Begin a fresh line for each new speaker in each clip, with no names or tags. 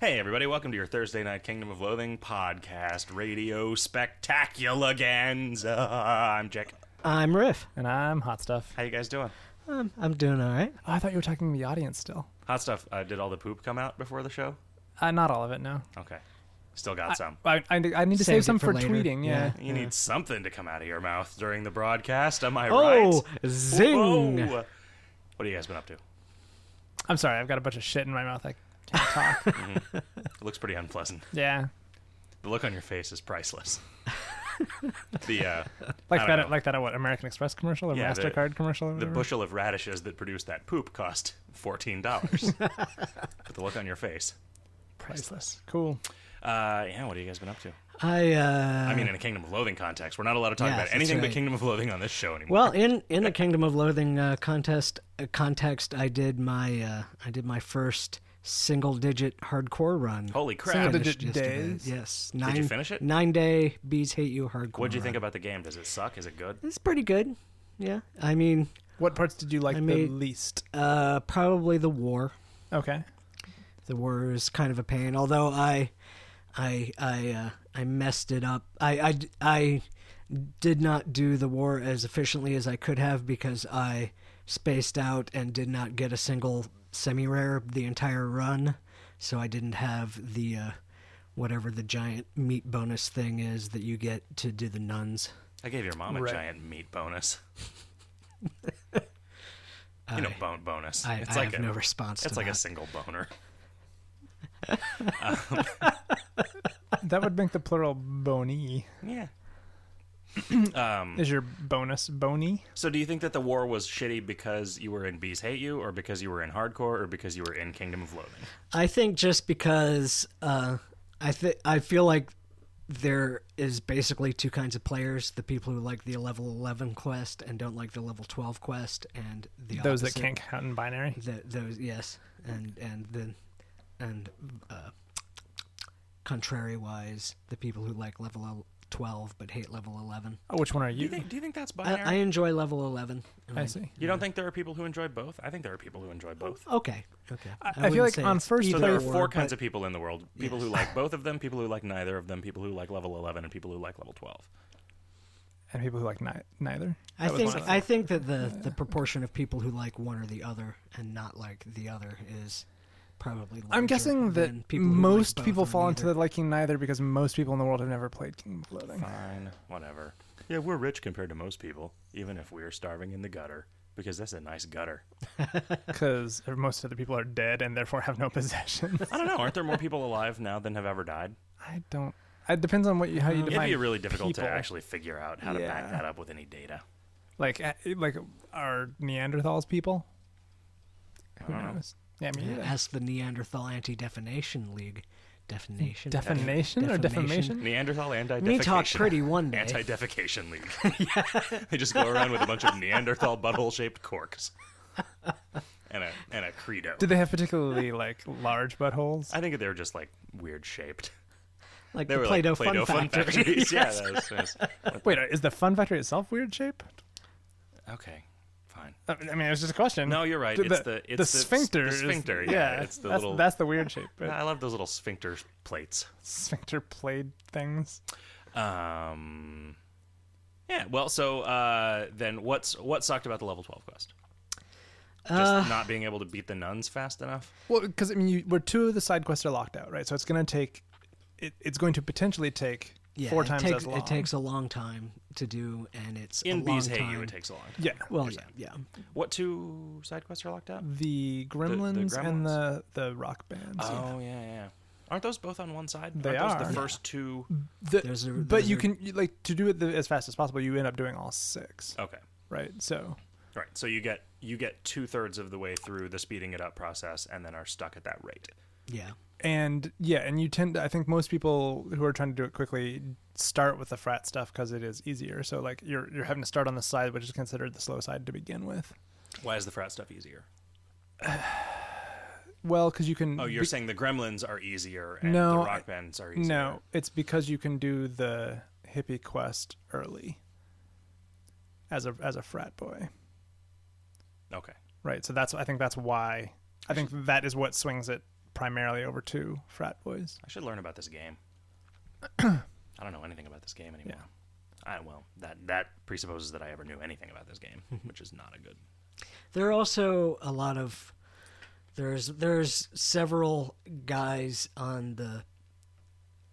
Hey, everybody, welcome to your Thursday night Kingdom of Loathing podcast radio spectaculaganza. I'm Jack.
I'm Riff.
And I'm hot stuff.
How you guys doing?
Um, I'm doing all right.
Oh, I thought you were talking to the audience still.
Hot stuff. Uh, did all the poop come out before the show?
Uh, not all of it, no.
Okay. Still got some.
I, I, I need
Saved
to save
it
some
for
for,
later.
tweeting. Yeah.
You need something to come out of your mouth during the broadcast. Am I right?
Oh, zing!
Whoa. What have you guys been up to? It
I'm sorry. I've got a bunch of shit in my mouth. I can't talk.
looks pretty unpleasant.
yeah.
The look on your face is priceless. the uh, I
Like
don't
that.
know.
Like that. uh, What American Express commercial or
Yeah, the-
Mastercard commercial? Or
the
whatever.
bushel of radishes that produced that poop cost fourteen dollars. but the look on your face, priceless.
Cool.
Uh, yeah, what have you guys been up to?
I uh,
I mean, in a Kingdom of Loathing context, we're not allowed to talk
Yes,
about
that's
anything but
right.
Kingdom of Loathing on this show anymore.
well, in in the Kingdom of Loathing uh, contest uh, context, I did my uh, I did my first single digit hardcore run.
Holy Oh, crap!
Single
What'd
Finished
digit
yesterday.
days?
Yes. Nine,
you finish it?
Nine day bees hate you hardcore.
you think about the game? Does it suck? Is it good?
It's pretty good. Yeah. I mean,
What parts did you like
I
the
made-
least?
uh, probably the war.
Okay.
the war is kind of a pain. Although I, I, I, uh, I messed it up. I, I, I did not do the war as efficiently as I could have because I spaced out and did not get a single semi rare the entire run. So I didn't have the uh, whatever the giant meat bonus thing is that you get to do the nuns.
I gave your mom a
Right.
giant meat bonus. you know, bone bonus.
I,
it's
I
like
have
a,
no response.
It's
to
like a
that.
single boner.
That would make the plural bony.
Yeah. um.
Is your bonus bony?
So, do you think that the war was shitty because you were in Bees Hate You, or because you were in Hardcore, or because you were in Kingdom of Loathing?
I think just because uh, I think I feel like there is basically two kinds of players: the people who like the level eleven quest and don't like the level twelve quest, and the
Those that
opposite.
can't count in binary.
Th- those yes, and and then and uh, contrary wise, the people who like level el- twelve but hate level eleven.
Oh, which one are
Do
you?
you think? Do you think that's
I,
binary?
I enjoy level eleven. and
I see.
you don't think there are people who enjoy both? I think there are people who enjoy both.
Okay. Okay.
I- I feel
wouldn't
like
say
on
it's
first
So
either
there are
Either
four
or,
kinds
but-
of people in the world: people who like both of them, people who like neither of them, people who like level eleven, and people who like level twelve.
And people who like ni- neither.
I
That was
think
my thought.
I think that the the proportion of people who like one or the other and not like the other is probably. larger
I'm guessing
than
that
people who like
most
both
people
or
fall into
neither.
the liking neither because most people in the world have never played Kingdom of Loathing.
Fine, whatever. Yeah, we're rich compared to most people, even if we're starving in the gutter, because that's a nice gutter.
because most of the people are dead and therefore have no possessions.
I don't know. Aren't there more people alive now than have ever died?
I don't. It depends on what you, how
Uh,
you
It'd
define.
be really difficult to
people.
actually figure out how to back
Yeah.
that up with any data.
Like uh, like are Neanderthals people? Who
don't know.
knows? Yeah, I mean,
Yeah, Ask the Neanderthal Anti-Defamation League. Defamation.
defamation or defamation?
Neanderthal anti-defecation.
Me talk pretty eh? one day.
Anti-defecation league. They just go around with a bunch of Neanderthal butthole-shaped corks. And a and a credo.
Do they have particularly like large buttholes?
I think they were just like weird shaped.
like
They
the
were
Play-Doh,
like Play-Doh fun,
Fun Factory.
factories. yeah, that was, that
Wait, uh, is the Fun Factory itself weird shaped?
uh,
was- okay, fine.
I I mean, it was just a question.
No, you're right.
The,
It's the- it's the s- the
sphincter. is-
sphincter, yeah, it's the
that's,
little- Ah.
that's the weird shape.
uh,
But
I love those little sphincter plates.
sphincter played things.
Um, yeah. Well, so uh, then what's what sucked about the level twelve quest? Just
Uh,
not being able to beat the nuns fast enough.
Well, because I mean, you, where two of the side quests are locked out, right? So it's going to take, it, it's going to potentially take
Yeah,
four
it
times
takes,
as long.
It takes a long time to do, and it's
In
a long
Bees Hate
time.
You, it takes a long time.
yeah.
Well, yeah, yeah.
What two side quests are locked out?
the gremlins,
Gremlins.
and the the rock bands.
Oh yeah, yeah. Aren't those both on one side?
They
Aren't those
are.
the first two.
The-
There's a-
but
there's
you
a-
can you, like to do it the, as fast as possible. You end up doing all six,
Okay.
right? So
Right. So you get you get two thirds of the way through the speeding it up process, and then are stuck at that rate.
Yeah.
and yeah, and you tend. To, I think most people who are trying to do it quickly start with the frat stuff because it is easier. So like you're you're having to start on the side which is considered the slow side to begin with.
Why is the frat stuff easier?
Well, because you can.
Oh, you're
be-
saying the Gremlins are easier and the
No,
rock bands are easier.
No, it's because you can do the hippie quest early. As a as a frat boy.
Okay.
Right. So that's I think that's why I think that is what swings it primarily over two frat boys.
I should learn about this game. I don't know anything about this game anymore. I well, that that presupposes that I ever knew anything about this game, which is not a good.
There are also a lot of there's there's several guys on the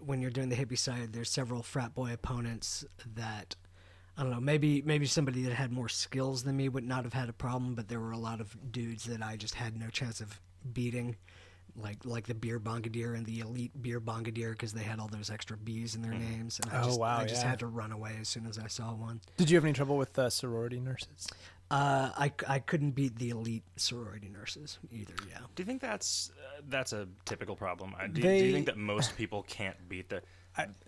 when you're doing the hippie side. There's several frat boy opponents that I don't know. Maybe maybe somebody that had more skills than me would not have had a problem, but there were a lot of dudes that I just had no chance of beating. Like like the beer bongadeer and the elite beer bongadeer because they had all those extra B's in their names and I
Oh,
just
wow,
I just
yeah.
had to run away as soon as I saw one.
Did you have any trouble with uh, sorority nurses?
Uh, I, I couldn't beat the elite sorority nurses either. Yeah,
Do you think that's uh, that's a typical problem? I, do, do
They-
you think that most people can't beat the?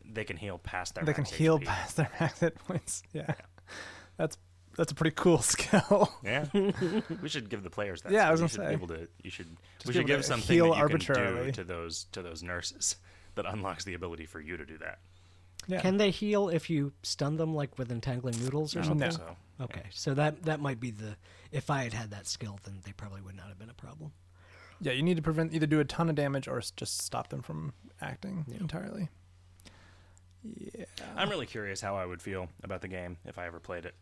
they can heal past their.
They can
max
heal
HP?
past their max hit points. Yeah, that's that's a pretty cool skill.
Yeah, we should give the players that.
Yeah,
skill.
I was
you
gonna
should
say.
be able to. You should. we
be
should
able
give
to
something
heal
that you can
arbitrarily.
do to those to those nurses that unlocks the ability for you to do that.
Yeah.
can they heal if you stun them like with entangling noodles or
I don't
something?
think
No.
so.
Okay, so that that might be the if I had had that skill, then they probably would not have been a problem.
Yeah, you need to prevent either do a ton of damage or s- just stop them from acting entirely. Yeah.
I'm really curious how I would feel about the game if I ever played it.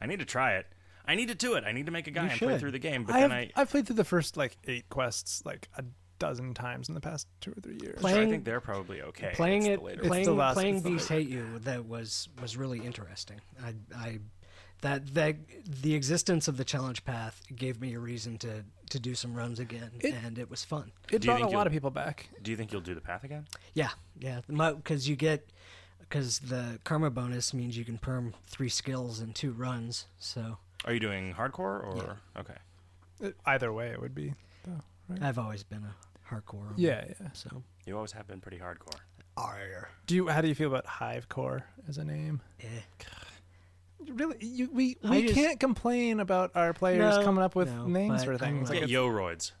I need to try it. I need to do it. I need to make a guy
You
and play
should.
through the game. But
I have,
then I,
I've played through the first like eight quests like a dozen times in the past two or three years.
so I
playing-
think they're probably okay. It's
playing
the
it,
later
playing
It's the last-
playing
it's the
these
later.
hate you that was was really interesting. I I that that the existence of the challenge path gave me a reason to to do some runs again,
It-
and it was fun.
It
Do you
brought a
think
lot
you'll-
of people back.
Do you think you'll do the path again?
Yeah, yeah. Because you get because the karma bonus means you can perm three skills in two runs. So
Are you doing hardcore or okay?
It- either way, it would be. Though, right?
I've always been a hardcore. on
yeah,
it,
yeah.
So
You always have been pretty hardcore.
Arr.
Do you? How do you feel about Hive Core as a name?
Eh.
Really, you, we
I
we
just-
can't complain about our players
No,
coming up with
no,
names
but
for
I'm
things.
Let's
like-
get
it's- Oh,
Yoroids.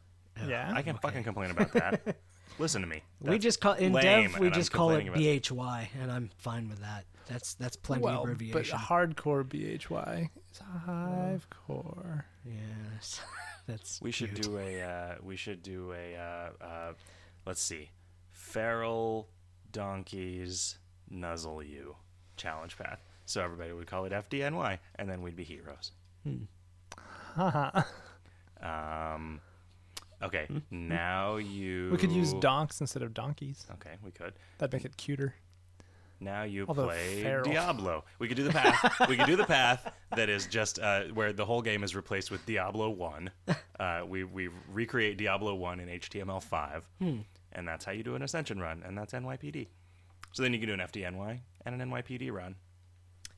yeah,
I can fucking complain about that. Listen to me.
we
That's
just call in
lame,
dev we
and I'm
just call it
complaining about
BHY, and I'm fine with that. That's that's plenty
well,
of
but uh,
abbreviation.
hardcore BHY is Hive Core.
yes, that's
We should
cute.
do a. Uh, we should do a. Uh, uh, let's see, feral donkeys nuzzle you challenge path. So everybody would call it FDNY, and then we'd be heroes.
Hmm.
Um, okay, now you.
Hmm. We could use donks instead of donkeys.
Okay, we could.
That'd make it cuter.
Now you
Although
play
feral.
Diablo. We could do the path. we could do the path that is just uh, where the whole game is replaced with Diablo One. Uh, we we recreate Diablo One in HTML five,
Hmm.
and that's how you do an ascension run, and that's NYPD. So then you can do an FDNY and an NYPD run.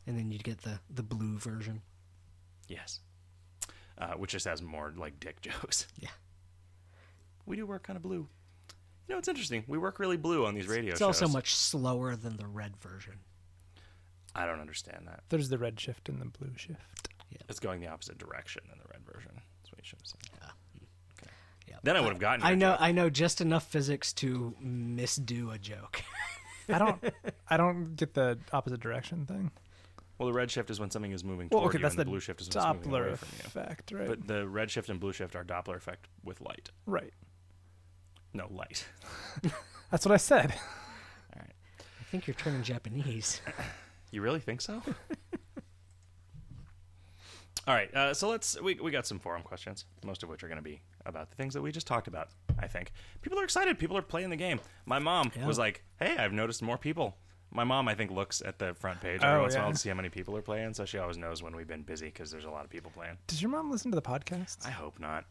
and then you'd get the the blue version.
Yes, uh, which just has more like dick jokes.
Yeah,
We do work kind of blue. You know, it's interesting. We work really blue on these radio
it's
shows.
also much slower than the red version.
I don't understand that.
There's the red shift and the blue shift.
It's going the opposite direction than the red version. That's what you should have said.
Ah.
Yeah.
Then I would have gotten.
I
your
know
joke.
I know just enough physics to misdo a joke.
I don't. I don't get the opposite direction thing.
Well, the red shift is when something is moving toward
Well, okay,
you,
that's
and the,
the,
blue shift is when it's moving
Doppler
away from you.
effect, right?
But the red shift and blue shift are Doppler effect with light.
right.
No light.
That's what I said.
All right.
I think you're turning Japanese.
You really think so? All right. Uh, so let's. We we got some forum questions, most of which are going to be about the things that we just talked about. I think people are excited. People are playing the game. My mom
Yeah.
was like, "Hey, I've noticed more people." My mom, I think, looks at the front page every
Oh,
once in a
yeah.
while to see how many people are playing, so she always knows when we've been busy because there's a lot of people playing.
Does your mom listen to the podcast?
I hope not.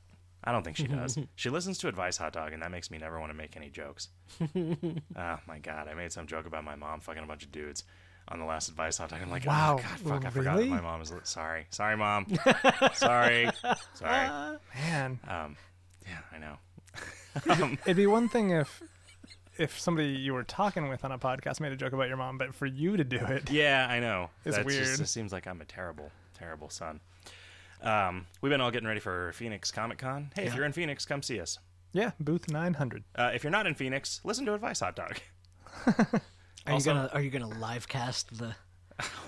I don't think she does. she listens to Advice Hot Dog, and that makes me never want to make any jokes. oh my god, I made some joke about my mom fucking a bunch of dudes on the last Advice Hot Dog. I'm like,
Wow,
oh god, fuck, I forgot that
really?
my mom is. Li- sorry, sorry, mom. sorry, sorry.
Man,
Um, yeah, I know.
it'd be one thing if if somebody you were talking with on a podcast made a joke about your mom, but for you to do it,
Yeah, I know.
It's
That
weird.
Just, it seems like I'm a terrible, terrible son. Um, we've been all getting ready for Phoenix Comic Con. Hey, if
Yeah.
you're in Phoenix, come see us.
yeah, booth nine hundred.
Uh, if you're not in Phoenix, listen to Advice Hot Dog.
Are
Also-
you gonna are you gonna live cast the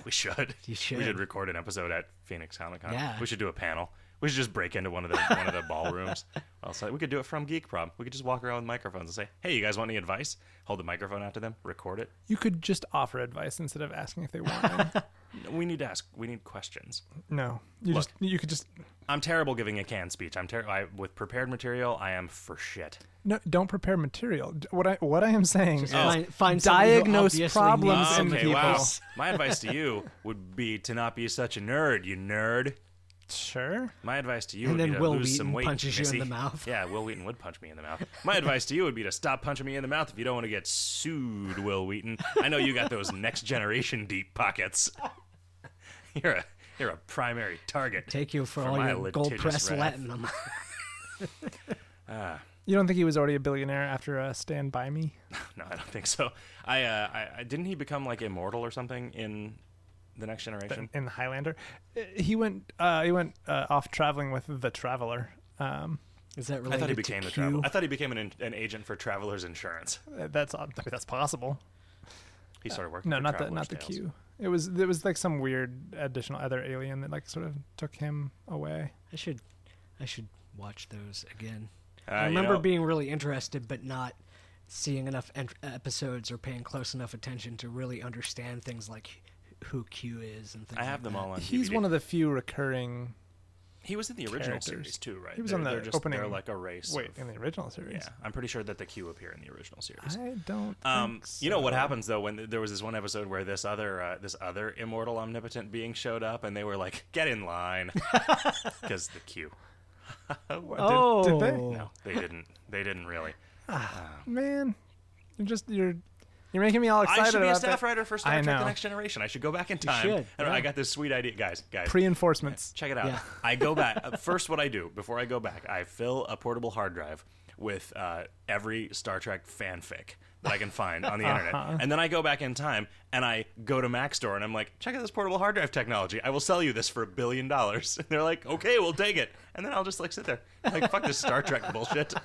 We should.
You should.
We should record an episode at Phoenix Comic Con.
Yeah.
We should do a panel. We should just break into one of the one of the ballrooms. Also, we could do it from Geek Prom. We could just walk around with microphones and say, "Hey, you guys want any advice?" Hold the microphone out to them, record it.
You could just offer advice instead of asking if they want it.
No, We need to ask. We need questions.
No, you
Look.
just you could just
I'm terrible giving a canned speech. I'm terrible with prepared material. I am for shit.
no. Don't prepare material. D- What I what I am saying is
Find, find somebody who
Oh. diagnose
obviously
problems
needs
in
some-
Okay,
people.
wow. My advice to you would be to not be such a nerd, you nerd.
Sure.
My advice to you
And
would
then
be to
Will
lose
Wheaton
some weight.
punches you in
Missy.
the mouth.
Yeah, Will Wheaton would punch me in the mouth. My advice to you would be to stop punching me in the mouth if you don't want to get sued, Will Wheaton. I know you got those next generation deep pockets. You're a you're a primary target.
Take you for,
For
all
my
your gold
litigious
press
wrath.
latinum.
You don't think he was already a billionaire after uh, Stand By Me?
No, I don't think so. I, uh, I I didn't he become like immortal or something in the next generation?
in Highlander. Uh, He went uh, he went uh, off traveling with the Traveler. Um,
Is that related
I thought he
to
became the
Q?
travel. I thought he became an, in- an agent for Travelers Insurance.
that's I mean, that's possible.
He started working.
No,
for
not the
Travelers
not the
Tales.
Q. It was it was like some weird additional other alien that like sort of took him away.
I should, I should watch those again.
Uh,
I
you
remember
know-
being really interested, but not seeing enough ent- episodes or paying close enough attention to really understand things like who Q is and things.
I have
like
them all on.
He's
DVD.
one of the few recurring.
He was in the original
characters.
series too, right?
He was
they're,
on the
they're just,
opening-
They're like a race.
Wait,
of-
in the original series.
yeah, I'm pretty sure that the Q appear in the original series.
I don't.
Um,
think
you know what
so.
happens though when th- there was this one episode where this other uh, this other immortal omnipotent being showed up and they were like, "Get in line," because the Q.
What,
Oh,
did, did they?
No, they didn't. They didn't really.
Man, you're just you're you're making me all excited
I should be a
about
staff
that.
writer for Star
I
Trek: The
know.
Next Generation. I should go back in time.
should,
I, don't know, I
yeah.
got this sweet idea, guys. Guys,
Pre-enforcements.
Check it out.
Yeah.
I go back. uh, First, what I do before I go back, I fill a portable hard drive with uh, every Star Trek fanfic that I can find on the
Uh-huh.
internet. And then I go back in time and I go to Mac Store and I'm like, check out this portable hard drive technology. I will sell you this for a billion dollars. And they're like, okay, we'll take it. And then I'll just like sit there. Like, fuck this Star Trek bullshit.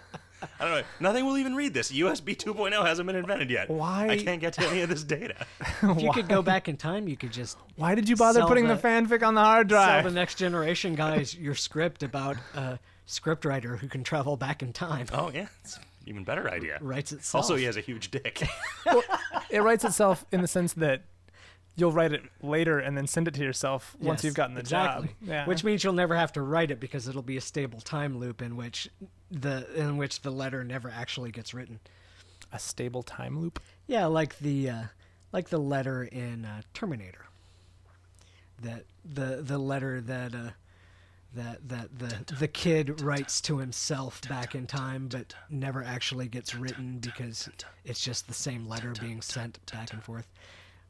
I don't know. Nothing will even read this. USB 2.0 hasn't been invented yet.
Why-
I can't get to any of this data.
if you could go back in time, you could just
Why did you bother
Sell
putting the,
the-
fanfic on the hard
tell
drive?
the next generation guys your script about a scriptwriter who can travel back in time.
Oh, yeah. It's an even better idea.
Writes itself.
Also, he has a huge dick.
it writes itself in the sense that you'll write it later and then send it to yourself once
Yes,
you've gotten the
exactly.
job. Yeah.
Which means you'll never have to write it because it'll be a stable time loop in which the in which the letter never actually gets written.
a stable time loop.
Yeah, like the uh, like the letter in uh, Terminator. That the the letter that uh, that that the the kid writes to himself back in time, but never actually gets written because it's just the same letter being sent back and forth.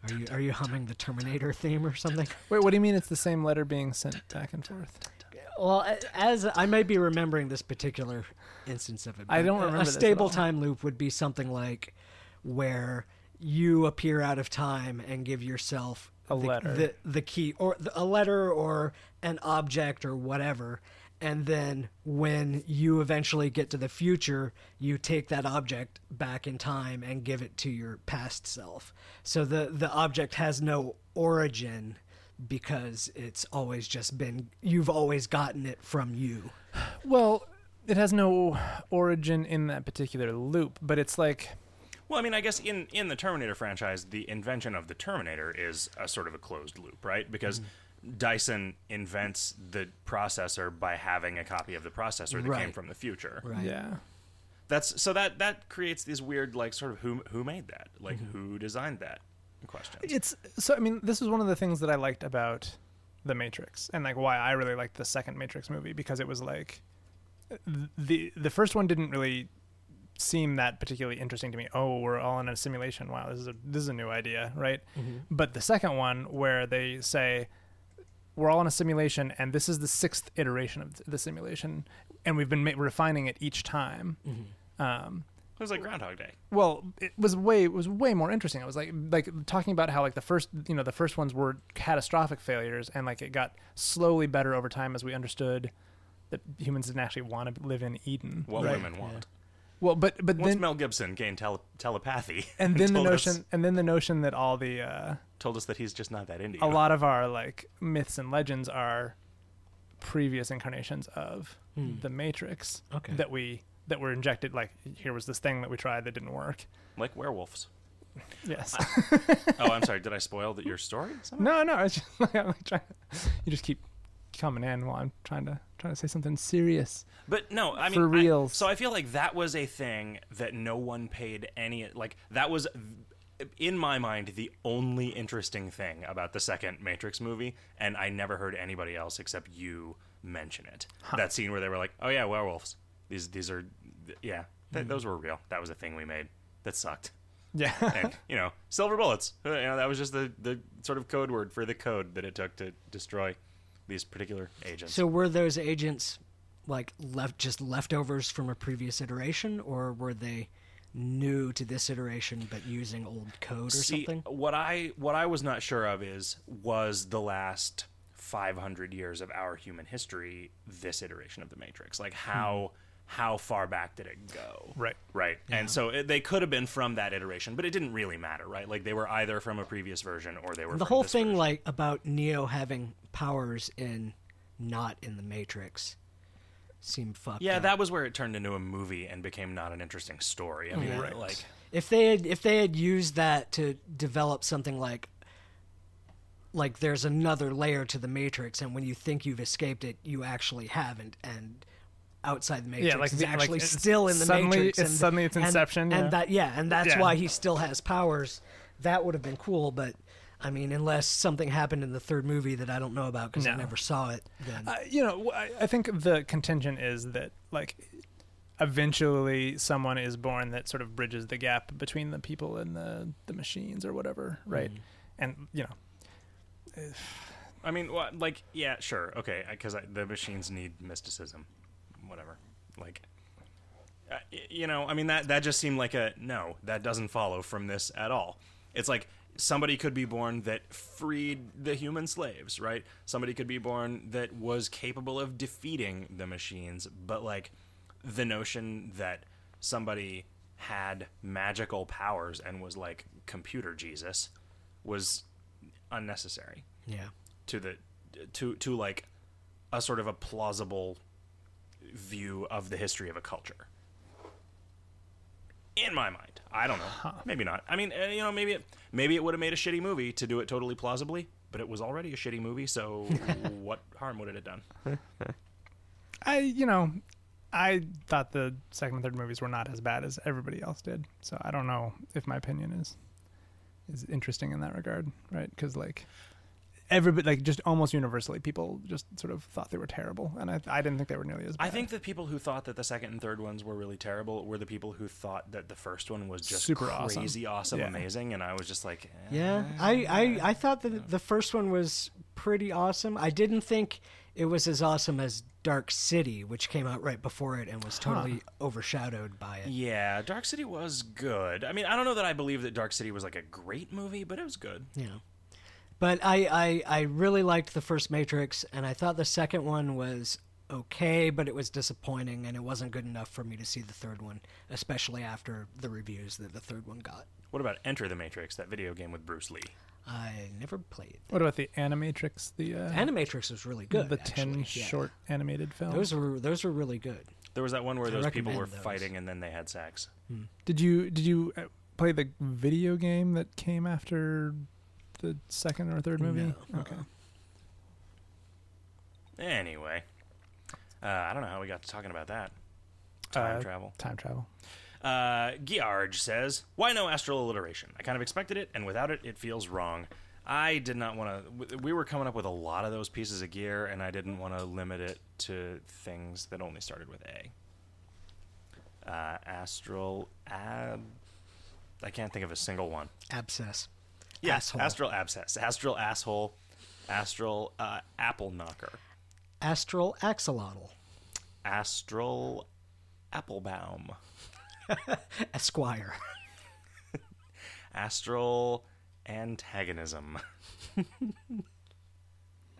Are you are you humming the Terminator theme or something?
Wait, what do you mean it's the same letter being sent back and forth?
Well, a- as I may be remembering this particular instance of it,
I
but
don't
a-
remember
A
this at
stable
all.
time loop would be something like where you appear out of time and give yourself
A
the,
letter.
the the key or the, a letter or an object or whatever. And then when you eventually get to the future, you take that object back in time and give it to your past self. So the, the object has no origin because it's always just been, you've always gotten it from you.
Well, it has no origin in that particular loop, but it's like
Well, I mean, I guess in in the Terminator franchise, the invention of the Terminator is a sort of a closed loop, right? Because
Mm-hmm.
Dyson invents the processor by having a copy of the processor that came
Right.
from the future.
Right.
yeah.
That's so that that creates these weird like sort of who who made that, like
Mm-hmm.
who designed that questions.
It's so I mean, this is one of the things that I liked about The Matrix and like why I really liked the second Matrix movie because it was like th- the the first one didn't really seem that particularly interesting to me. Oh, we're all in a simulation. Wow, this is a this is a new idea, right? But the second one where they say we're all in a simulation and this is the sixth iteration of th- the simulation and we've been ma- refining it each time. Um
It was like Groundhog Day.
well it was way it was way more interesting i was like like talking about how like the first you know the first ones were catastrophic failures and like it got slowly better over time as we understood that humans didn't actually want to live in eden
What
right?
women want.
well but but
Once
then
Mel Gibson gained tele- telepathy,
and then the
told
notion
us,
and then the notion that all the uh
told us that he's just not that into
a
you.
lot of our like myths and legends are previous incarnations of the Matrix
Okay.
that we that were injected. Like here was this thing that we tried that didn't work.
like werewolves.
Yes.
Oh, I'm sorry. Did I spoil that your story?
no, no. It's just like, I'm like trying. You just keep coming in while I'm trying to trying to say something serious.
But no, I mean,
For
I-
reals.
so I feel like that was a thing that no one paid any like that was in my mind the only interesting thing about the second Matrix movie, and I never heard anybody else except you mention it. That scene where they were like, "Oh yeah, werewolves. These these are yeah, th- those were real. That was a thing we made. That sucked."
Hmm. Yeah.
And you know, silver bullets. Uh, You know, that was just the, the sort of code word for the code that it took to destroy these particular agents.
So were those agents like left just leftovers from a previous iteration, or were they new to this iteration but using old code or
See,
something?
What I what I was not sure of is was the last 500 years of our human history this iteration of the Matrix. Like
Hmm.
how how far back did it go?
Right.
Right. And so it, they could have been from that iteration, but it didn't really matter, right? Like they were either from a previous version or they were
The
from
whole
this
thing,
version.
like about Neo having powers in not in the Matrix, seemed fucked.
yeah,
up.
that was where it turned into a movie and became not an interesting story. I mean,
Right.
like
if they had if they had used that to develop something like like there's another layer to the matrix and when you think you've escaped it you actually haven't and outside the matrix
Yeah, like
is
the- like,
actually
it's
still in the
suddenly-
matrix
it's
and,
suddenly it's
and- and
Inception, yeah.
that yeah and that's
Yeah.
why he still has powers that would have been cool but i mean unless something happened in the third movie that i don't know about because i
No.
never saw it then
Uh, you know, wh- I, I think the contention is that like eventually someone is born that sort of bridges the gap between the people and the the machines or whatever, right? And you know,
I mean, wha- like, yeah, sure, okay, because the machines need mysticism, whatever. Like, uh, y- you know, I mean that that just seemed like a no. That doesn't follow from this at all. It's like somebody could be born that freed the human slaves, right? Somebody could be born that was capable of defeating the machines, but like the notion that somebody had magical powers and was like computer Jesus was unnecessary
yeah
to the to to like a sort of a plausible view of the history of a culture in my mind i don't know maybe not i mean uh, you know maybe it maybe it would have made a shitty movie to do it totally plausibly but it was already a shitty movie so what harm would it have done
I you know, I thought the second and third movies were not as bad as everybody else did, so I don't know if my opinion is is interesting in that regard, right? Because like everybody, like just almost universally, people just sort of thought they were terrible, and I I didn't think they were nearly as bad.
i think the people who thought that the second and third ones were really terrible were the people who thought that the first one was just
Super awesome.
crazy awesome,
Yeah.
amazing and i was just like eh.
Yeah, I, I, I thought that the first one was pretty awesome. I didn't think it was as awesome as Dark City, which came out right before it and was totally overshadowed by it.
Yeah, Dark City was good. I mean, I don't know that I believe that Dark City was like a great movie, but it was good.
You know. But I, I, I really liked the first Matrix, and I thought the second one was okay, but it was disappointing, and it wasn't good enough for me to see the third one, especially after the reviews that the third one got.
What about Enter the Matrix, that video game with Bruce Lee?
I never played.
What about the Animatrix? The uh,
Animatrix was really good.
the
actually.
ten
yeah.
short animated films.
Those were those were really good.
There was that one where those people
recommend
were
those.
fighting and then they had sex.
Did you did you uh, play the video game that came after the second or third movie? Uh-uh.
No.
Okay.
Anyway, uh, I don't know how we got to talking about that. Time
Uh,
travel.
Time travel.
Uh, Giarge says, "Why no astral alliteration? I kind of expected it, and without it, it feels wrong." I did not want to. We were coming up with a lot of those pieces of gear, and I didn't want to limit it to things that only started with A. Uh, astral ab. I can't think of a single one.
Abscess.
Yes,
Asshole.
astral abscess, astral asshole, astral uh, apple knocker,
Astral Axolotl.
astral applebaum,
Esquire.
astral antagonism,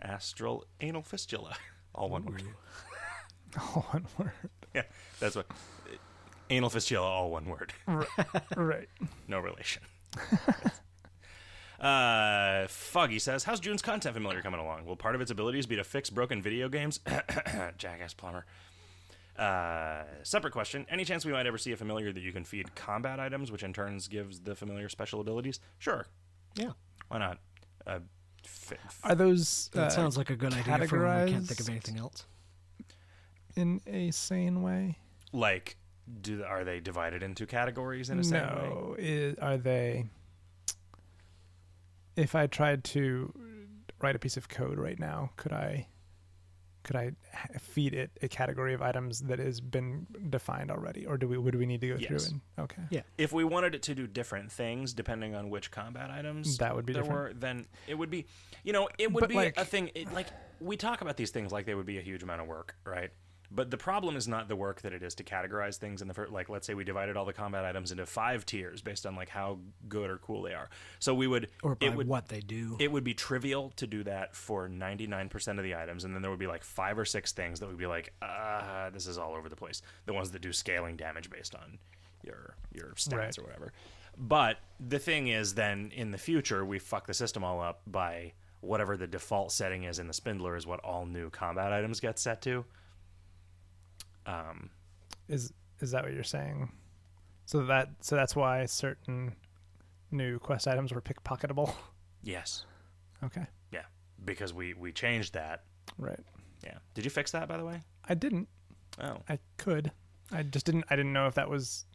astral anal fistula. All one word.
All one word.
Yeah, that's what. Anal fistula, all one word.
right.
No relation. uh, Foggy says, "How's June's content familiar coming along? Will part of its abilities be to fix broken video games?" Jackass plumber. Uh, separate question. Any chance we might ever see a familiar that you can feed combat items, which in turns gives the familiar special abilities? Sure.
Yeah.
Why not? Uh, fi- fi-
Are those
That
uh,
sounds like a good idea for when we can't think of
categorized?
anything else.
in a sane way?
like, do are they divided into categories in a same way?
no, i- are they? If I tried to write a piece of code right now, could I? Could I h- feed it a category of items that has been defined already, or do we would we need to go
Yes.
through and okay?
Yeah.
if we wanted it to do different things depending on which combat items
That would be
there
different.
were, then it would be, you know, it would
But,
be
like-
a thing. It, like we talk about these things like they would be a huge amount of work, right? But the problem is not the work that it is to categorize things in the first. Like, let's say we divided all the combat items into five tiers based on like how good or cool they are. So we would,
Or by
it would,
what they do.
it would be trivial to do that for 99% of the items and then there would be like five or six things that would be like uh this is all over the place the ones that do scaling damage based on your your stats
Right.
or whatever but the thing is then in the future we fuck the system all up by whatever the default setting is in the spindler is what all new combat items get set to um
Is is that what you're saying? So that so that's why certain new quest items were pickpocketable.
yes
Okay,
yeah because we we changed that
right.
yeah did you fix that by the way
I didn't.
oh
I could. I just didn't. I didn't know if that was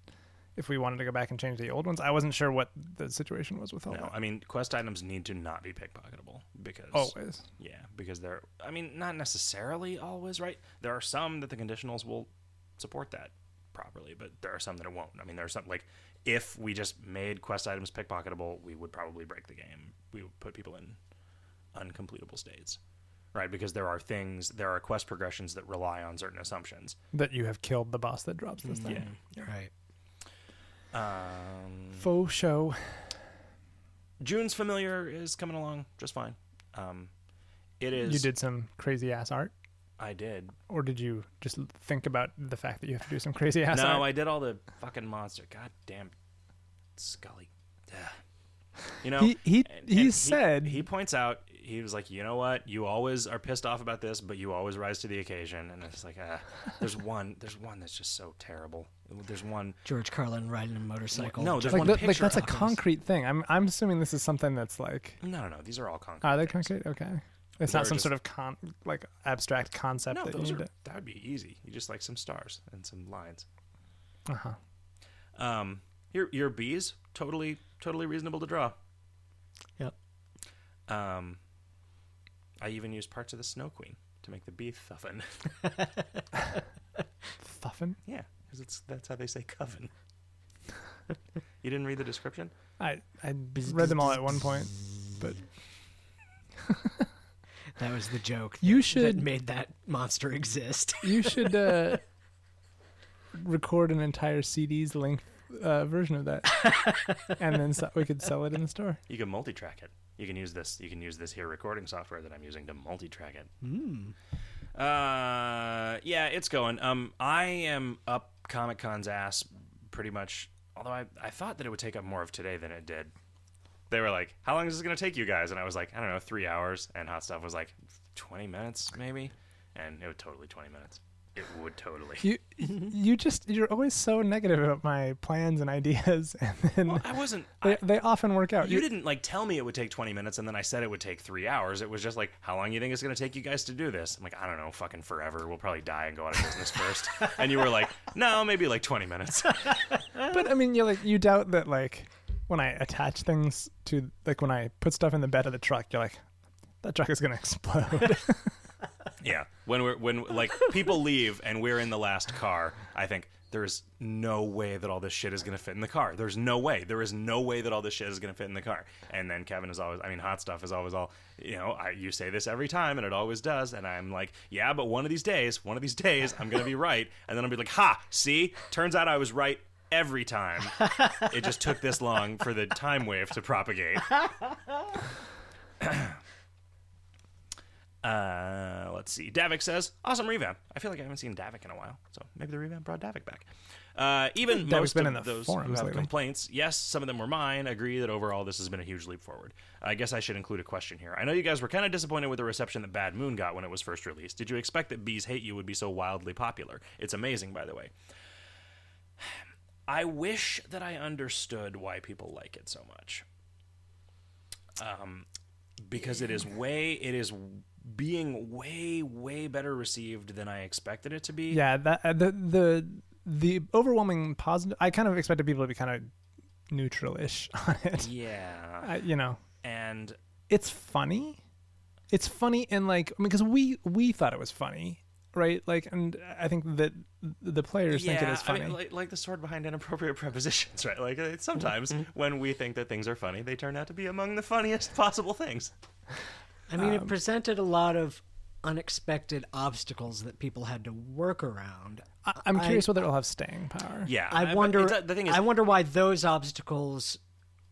if we wanted to go back and change the old ones. I wasn't sure what the situation was with all
Oh, no Oh,
that.
i mean quest items need to not be pickpocketable because
Always.
Yeah, because they're, I mean, not necessarily always, right? There are some that the conditionals will support that properly, but there are some that it won't. I mean, there are some, like, if we just made quest items pickpocketable, we would probably break the game. We would put people in uncompletable states, right? Because there are things, there are quest progressions that rely on certain assumptions.
That you have killed the boss that drops
Mm,
this thing.
Right.
Um,
Faux show.
June's Familiar is coming along just fine. Um, it is.
You did some crazy ass art,
I did.
or did you just think about the fact that you have to do some crazy ass
no,
art?
I did all the fucking monster. God damn, Scully. Ugh. You know,
He- he- he said-
he, points out he was like, you know what? You always are pissed off about this, but you always rise to the occasion. And it's like, ah, there's one, there's one that's just so terrible. There's one.
George Carlin riding a motorcycle.
No, there's
like,
one
that- like
picture.
that's a
of this.
concrete thing. I'm I'm assuming this is something that's like
No, no, no. These are all concrete.
are they
things.
concrete? Okay, it's not
They're
some
just-
sort of con like abstract concept
No,
that you
those
need
are,
to.
that would be easy. You just like some stars and some lines.
Uh huh.
Um, your your bees totally totally reasonable to draw.
Yep.
Um, I even used parts of the Snow Queen to make the bee thuffin.
Thuffin.
yeah, because it's that's how they say coven. you didn't read the description?
I I read them all at one point, but
That was the joke.
You
that-
should-
that made that monster exist.
You should uh, record an entire CD's length uh, version of that, and then se- we could sell it in the store.
You can multi-track it. You can use this. You can use this here recording software that I'm using to multi-track it. Uh, yeah, it's going. Um, I am up Comic Con's ass pretty much. Although I, I thought that it would take up more of today than it did. They were like, "How long is this going to take you guys?" And I was like, "I don't know, three hours." And Hot Stuff was like, 20 minutes maybe," and it would totally 20 minutes. It would totally.
You
Mm-hmm.
you just you're always so negative about my plans and ideas, and then
Well, I wasn't.
they,
I,
they often work out.
you didn't like tell me it would take 20 minutes and then i said it would take three hours it was just like how long you think it's going to take you guys to do this i'm like i don't know fucking forever we'll probably die and go out of business first and you were like no maybe like 20 minutes
But I mean, you like you doubt that like when I attach things to like when I put stuff in the bed of the truck, you're like. That truck is gonna explode.
yeah when we're when like people leave and we're in the last car i think there's no way that all this shit is going to fit in the car there's no way there is no way that all this shit is going to fit in the car and then kevin is always i mean hot stuff is always all you know I, you say this every time and it always does and i'm like yeah but one of these days one of these days i'm going to be right and then i'll be like ha see turns out i was right every time it just took this long for the time wave to propagate Uh, let's see. Davik says, awesome revamp. I feel like I haven't seen Davik in a while, so maybe the revamp brought Davik back. Uh, even
That we've
most
been
of
in the
those who
forums
have
lately.
complaints, yes, some of them were mine, agree that overall this has been a huge leap forward. I guess I should include a question here. I know you guys were kind of disappointed with the reception that Bad Moon got when it was first released. Did you expect that Bees Hate You would be so wildly popular? It's amazing, by the way. I wish that I understood why people like it so much. Um, because it is way, it is being way, way better received than I expected it to be.
Yeah, that uh, the the the overwhelming positive. I kind of expected people to be kind of neutral-ish on it.
Yeah.
I, you know,
And
it's funny. It's funny and like I mean, because we we thought it was funny, right? Like, and I think that the players think it is funny.
I mean, like, like the sword behind inappropriate prepositions, right? Like it's sometimes
Mm-hmm.
when we think that things are funny, they turn out to be among the funniest possible things.
I mean,
Um,
it presented a lot of unexpected obstacles that people had to work around.
I, I'm curious whether it'll have staying power.
Yeah,
I
but
wonder.
it's- The thing is,
I wonder why those obstacles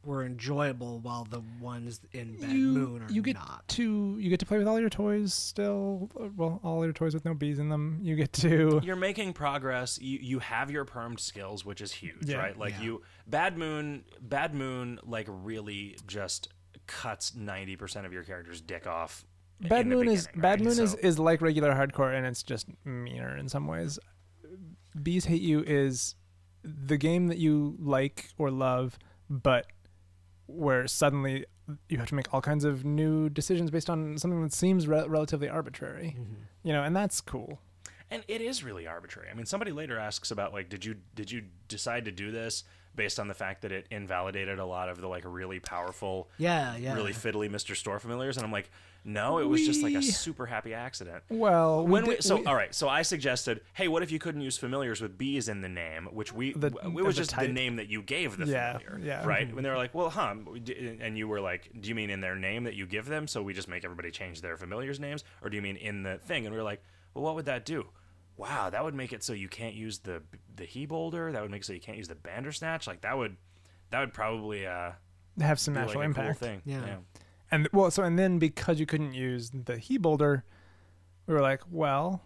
were enjoyable, while the ones in Bad Moon are
you get
not.
to you get to play with all your toys still. uh, Well, all your toys with no bees in them. You get to
you're making progress. You you have your permed skills, which is huge,
Yeah.
right? Like you, Bad Moon, Bad Moon, like really just cuts ninety percent of your character's dick off.
Bad
in the
Moon is
beginning,
Bad
right?
Moon is,
So-
is like regular hardcore and it's just meaner in some ways. Bees Hate You is the game that you like or love, but where suddenly you have to make all kinds of new decisions based on something that seems re- relatively arbitrary.
Mm-hmm.
You know, and that's cool.
and it is really arbitrary. I mean, somebody later asks about like, did you did you decide to do this based on the fact that it invalidated a lot of the like really powerful,
Yeah, yeah.
really fiddly Mr. Store familiars? And I'm like, no, it was just like a
We-
super happy accident.
Well,
When
did-
we, so all right, so I suggested, hey, what if you couldn't use familiars with bees in the name, which we
The-
w- it was
the
just
type.
the name that you gave the
Yeah,
familiar,
yeah.
right? When they were like, well, huh, d- and you were like, do you mean in their name that you give them? So we just make everybody change their familiars' names, or do you mean in the thing? And we were like, well, what would that do? Wow, that would make it so you can't use the the he boulder. That would make it so you can't use the bandersnatch. Like that would that would probably uh,
have some
be
natural
like a
impact.
cool thing.
Yeah.
and well so and then because you couldn't use the he boulder we were like well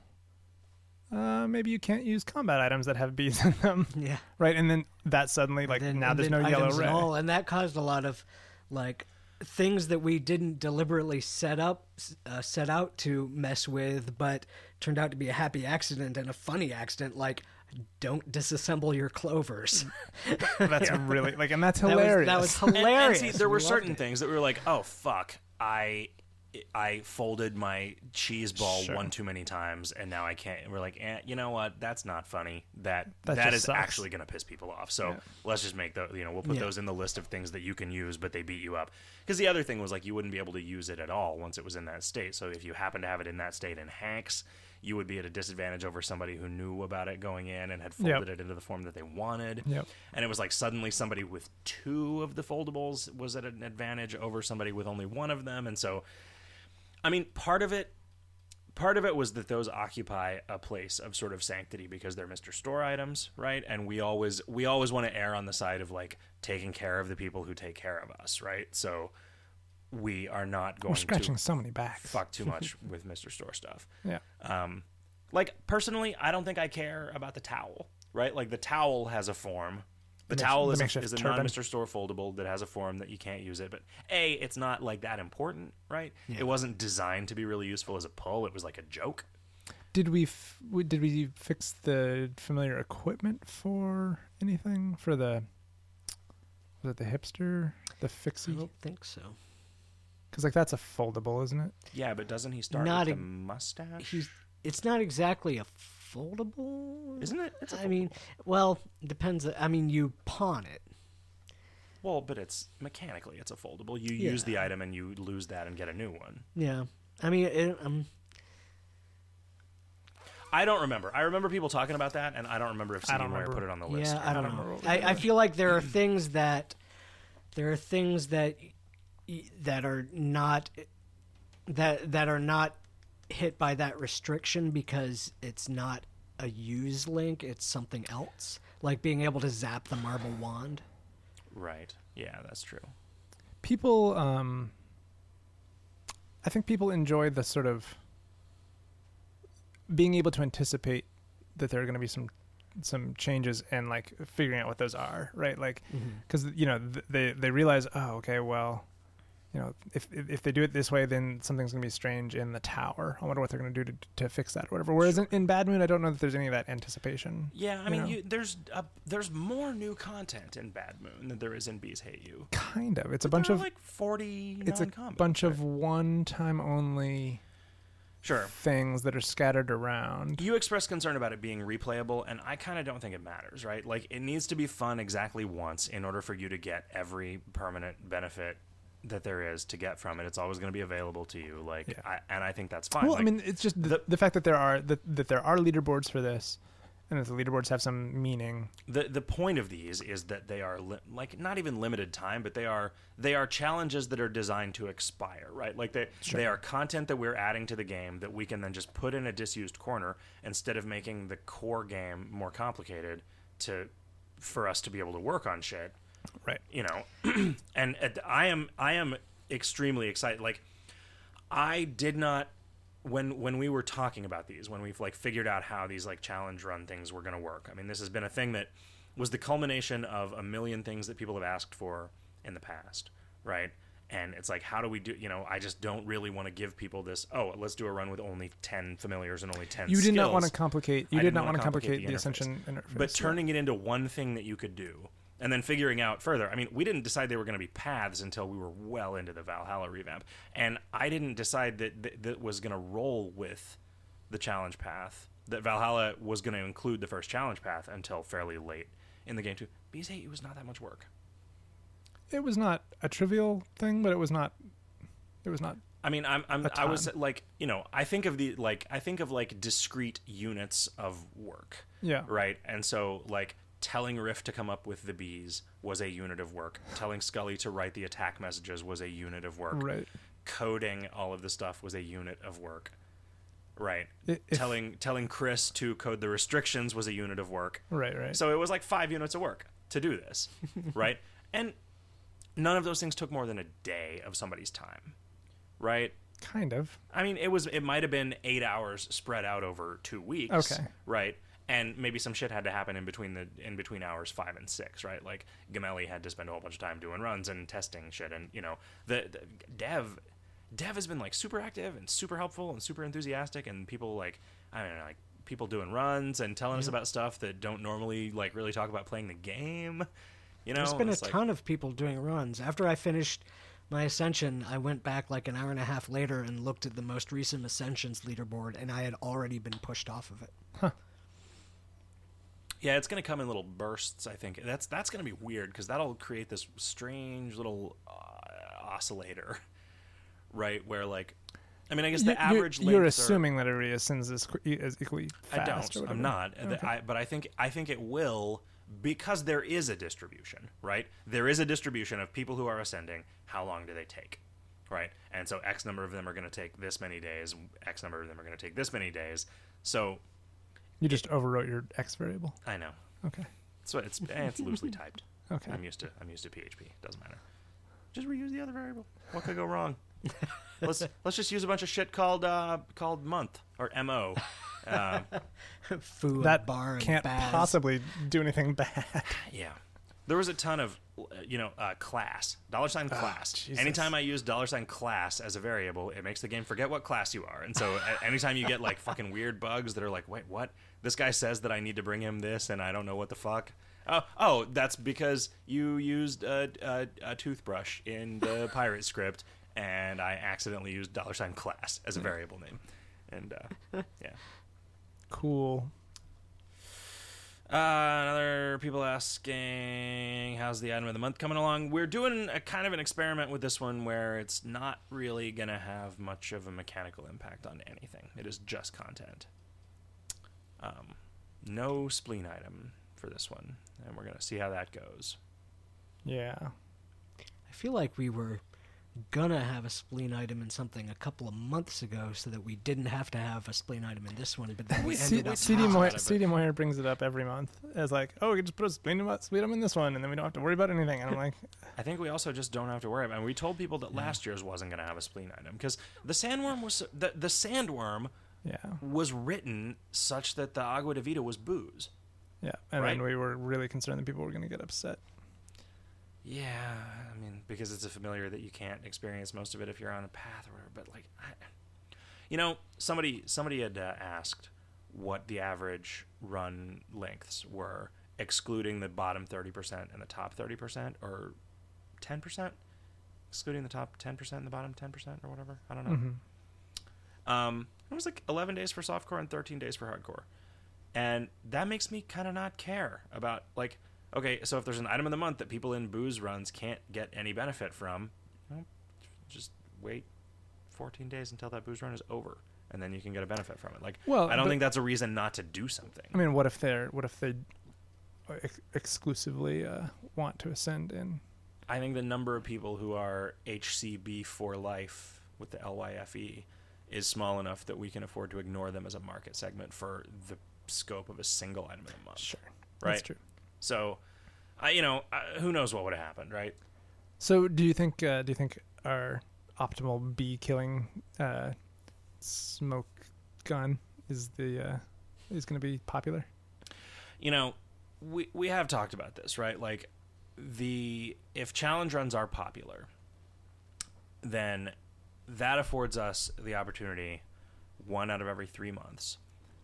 uh, maybe you can't use combat items that have bees in them
Yeah.
right and then that suddenly like
Then-
now
and
there's no
then
yellow
items
red
At all, and that caused a lot of like things that we didn't deliberately set up uh, set out to mess with, but turned out to be a happy accident and a funny accident. Like, don't disassemble your clovers.
that's really like and that's
that was
hilarious
that was
And- and
hilarious.
see, there
We
were
loved
certain
it.
things that we were like, "Oh fuck, I." I folded my cheese ball
Sure.
one too many times, and now I can't. and We're like, eh, you know what? That's not funny. That
That
that
just
is
sucks.
actually going to piss people off. So let's just make the you know we'll put those in the list of things that you can use, but they beat you up. Because the other thing was like you wouldn't be able to use it at all once it was in that state. So if you happen to have it in that state in Hanks, you would be at a disadvantage over somebody who knew about it going in and had folded it into the form that they wanted.
Yep.
And it was like suddenly somebody with two of the foldables was at an advantage over somebody with only one of them. And so, I mean, part of it, part of it was that those occupy a place of sort of sanctity because they're Mr. Store items, right? And we always we always want to err on the side of like taking care of the people who take care of us, right? So we are not going
we're scratching
to
so many backs
fuck too much with Mr. Store stuff.
yeah
Um, like personally, I don't think I care about the towel, right? Like the towel has a form. The,
makes-
towel
the
is, a,
makeshift
is a
turban.
non-Mr. Store foldable that has a form that you can't use it. But A, it's not like that important, right? It wasn't designed to be really useful as a pull. It was like a joke.
did we f- w- did we fix the familiar equipment for anything for the was it the hipster the
I
fixie
don't think so.
because like that's a foldable isn't it
Yeah, but doesn't he start
Not
with a
a-
mustache?
He's. It's not exactly a foldable.
Isn't it? It's a
I mean, well, depends. I mean, you pawn it.
Well, but it's mechanically it's a foldable. You
Yeah.
use the item and you lose that and get a new one.
Yeah. I mean, it, um,
I don't remember. I remember people talking about that, and I don't remember if
I don't
CD Ware
remember.
put it on the list.
Yeah, I don't
remember
know.
what we did
I, I
there.
feel like there are things that there are things that y- that are not that that are not hit by that restriction because it's not a use link; it's something else, like being able to zap the marble wand.
Oh, Right. Yeah, that's true.
people um i think people enjoy the sort of being able to anticipate that there are going to be some some changes and like figuring out what those are, right? Like,
Mm-hmm.
because you know th- they they realize, oh, okay, well, you know, if if if they do it this way, then something's gonna be strange in the tower. I wonder what they're gonna do to to fix that or whatever. Whereas in, in Bad Moon, I don't know that there's any of that anticipation.
Yeah, I
you
mean,
know?
you, there's a, there's more new content in Bad Moon than there is in Bees Hate You.
kind of. It's a bunch
There are,
of
like forty.
it's a
non-comics,
bunch
right?
of one time only
sure.
things that are scattered around.
You expressed concern about it being replayable, and I kind of don't think it matters, right? Like, it needs to be fun exactly once in order for you to get every permanent benefit that there is to get from it. It's always going to be available to you, like,
Yeah.
I, and I think that's fine.
Well, I
Like,
mean, it's just the, the, fact that there are that, that there are leaderboards for this, and that the leaderboards have some meaning.
the the point of these is that they are li- like not even limited time, but they are they are challenges that are designed to expire, right? Like they they are content that we're adding to the game that we can then just put in a disused corner instead of making the core game more complicated to for us to be able to work on shit
Right.
you know and at, i am i am extremely excited like i did not when when we were talking about these when we've like figured out how these like challenge run things were going to work i mean this has been a thing that was the culmination of a million things that people have asked for in the past right and it's like how do we do you know i just don't really want to give people this oh let's do a run with only 10 familiars and only 10
You did not want to
skills."
complicate. You
I
did
didn't
not
wanna
want to complicate, the,
interface.
ascension interface.
But turning it into one thing that you could do and then figuring out further. I mean, we didn't decide they were going to be paths until we were well into the Valhalla revamp. And I didn't decide that that, that was going to roll with the challenge path, that Valhalla was going to include the first challenge path until fairly late in the game, too. Because hey, it was not that much work.
it was not a trivial thing, but it was not. It was not.
I mean, I'm, I'm
A
I was
ton.
like, you know, I think of the like, I think of like discrete units of work.
Yeah.
Right. And so, like, telling Riff to come up with the bees was a unit of work. Telling Scully to write the attack messages was a unit of work.
Right.
Coding all of the stuff was a unit of work. Right.
I- if-
telling telling Chris to code the restrictions was a unit of work.
Right. Right.
So it was like five units of work to do this, right? And none of those things took more than a day of somebody's time, right?
kind of.
I mean, it was it might have been eight hours spread out over two weeks.
Okay.
Right. And maybe some shit had to happen in between the in between hours five and six, right? Like Gamelli had to spend a whole bunch of time doing runs and testing shit, and you know the, the dev dev has been like super active and super helpful and super enthusiastic, and people like I don't know like people doing runs and telling us about stuff that don't normally like really talk about playing the game. You know,
There's been
and
a
it's like-
ton of people doing runs. After I finished my ascension, I went back like an hour and a half later and looked at the most recent ascensions leaderboard, and I had already been pushed off of it.
Yeah, it's going to come in little bursts. I think that's that's going to be weird because that'll create this strange little uh, oscillator, right? Where like, I mean, I guess the
You- you-
average.
You're,
lengths are-
assuming that it reascends as, qu- e, as equally
I
fast. or
don't.
whatever.
I'm not. Uh, th- I, but I think I think it will because there is a distribution, right? There is a distribution of people who are ascending. How long do they take, right? And so X number of them are going to take this many days. X number of them are going to take this many days. So
You just overwrote your x variable.
I know.
Okay.
So it's eh, it's loosely typed.
Okay.
I'm used to I'm used to PHP. Doesn't matter. Just reuse the other variable. What could go wrong? let's let's just use a bunch of shit called uh, called month or mo. Um,
Foo and
that
bar and
can't
Baz.
possibly do anything bad.
yeah, there was a ton of uh, you know uh, class dollar sign class.
Jesus.
anytime I use dollar sign class as a variable, it makes the game forget what class you are. And so a- anytime you get like fucking weird bugs that are like, wait, what? This guy says that I need to bring him this, and I don't know what the fuck. Oh, oh, that's because you used a, a, a toothbrush in the pirate script, and I accidentally used dollar sign class as a variable name. And uh, yeah.
Cool.
Uh, another people asking, how's the item of the month coming along? We're doing a kind of an experiment with this one where it's not really going to have much of a mechanical impact on anything. It is just content. Um, no spleen item for this one, and we're going to see how that goes.
Yeah.
I feel like we were gonna have a spleen item in something a couple of months ago, so that we didn't have to have a spleen item in this one. But then we
C-
ended up.
CD,
talking
Moyer,
about it,
CD Moyer brings it up every month as like, oh, we could just put a spleen about spleen in this one, and then we don't have to worry about anything. And I'm like,
I think we also just don't have to worry about. And we told people that last year's wasn't going to have a spleen item because the sandworm was the, the sandworm
yeah,
was written such that the agua de vida was booze.
Yeah, and
Right.
then we were really concerned that people were going to get upset.
Yeah, I mean, because it's a familiar that you can't experience most of it if you're on a path or whatever. But like, I, you know, somebody somebody had uh, asked what the average run lengths were, excluding the bottom thirty percent and the top thirty percent, or ten percent, excluding the top ten percent and the bottom ten percent, or whatever. I don't know.
Mm-hmm.
Um, it was like eleven days for softcore and thirteen days for hardcore and that makes me kind of not care about like okay so if there's an item of the month that people in booze runs can't get any benefit from well, just wait 14 days until that booze run is over and then you can get a benefit from it like
Well,
i don't
Oh, but-
think that's a reason not to do something
I mean, what if they're what if they uh, ex- exclusively uh, want to ascend in?
i think the number of people who are hcb for life with the lyfe E is small enough that we can afford to ignore them as a market segment for the scope of a single item of the month
Sure,
Right.
That's true.
so i you know I, who knows what would have happened right
So, do you think uh, do you think our optimal bee killing uh, smoke gun is the uh, is going to be popular?
you know, we we have talked about this, right? Like the if challenge runs are popular, then that affords us the opportunity one out of every 3 months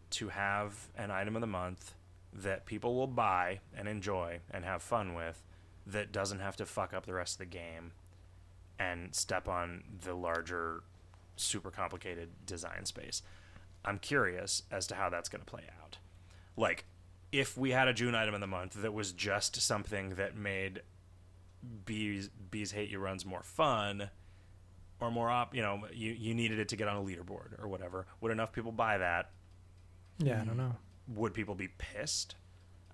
to have an item of the month that people will buy and enjoy and have fun with that doesn't have to fuck up the rest of the game and step on the larger super complicated design space. I'm curious as to how that's going to play out like if we had a June item of the month that was just something that made bees bees hate you runs more fun or more op you know you, you needed it to get on a leaderboard or whatever would enough people buy that
Yeah, I don't know.
would people be pissed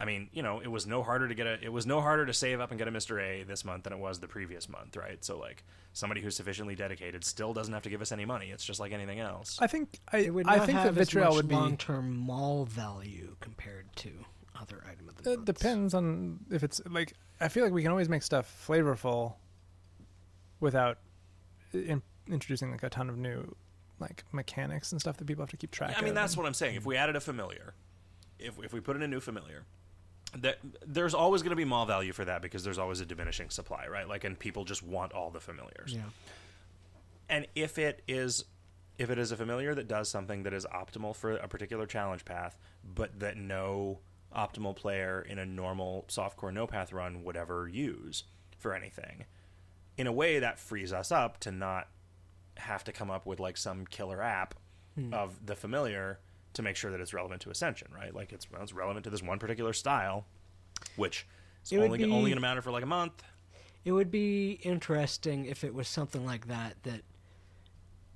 i mean you know it was no harder to get a it was no harder to save up and get a mr a this month than it was the previous month right so like somebody who's sufficiently dedicated still doesn't have to give us any money it's just like anything else
I think I
It would not
I think
have
that vitriol
as
would
much
be
long-term mall value compared to other item of the
It
month.
depends on if it's like I feel like we can always make stuff flavorful without in, introducing like a ton of new like mechanics and stuff that people have to keep track
Yeah,
of.
I mean, that's what I'm saying. If we added a familiar, if if we put in a new familiar, that there's always going to be mall value for that because there's always a diminishing supply, right? Like, and people just want all the familiars.
Yeah.
And if it is, if it is a familiar that does something that is optimal for a particular challenge path, but that no optimal player in a normal softcore no path run would ever use for anything, in a way that frees us up to not have to come up with like some killer app
Hmm.
of the familiar to make sure that it's relevant to Ascension, right? Like it's, well, it's relevant to this one particular style, which is
It would
only only
be-
going to matter for like a month.
It would be interesting if it was something like that that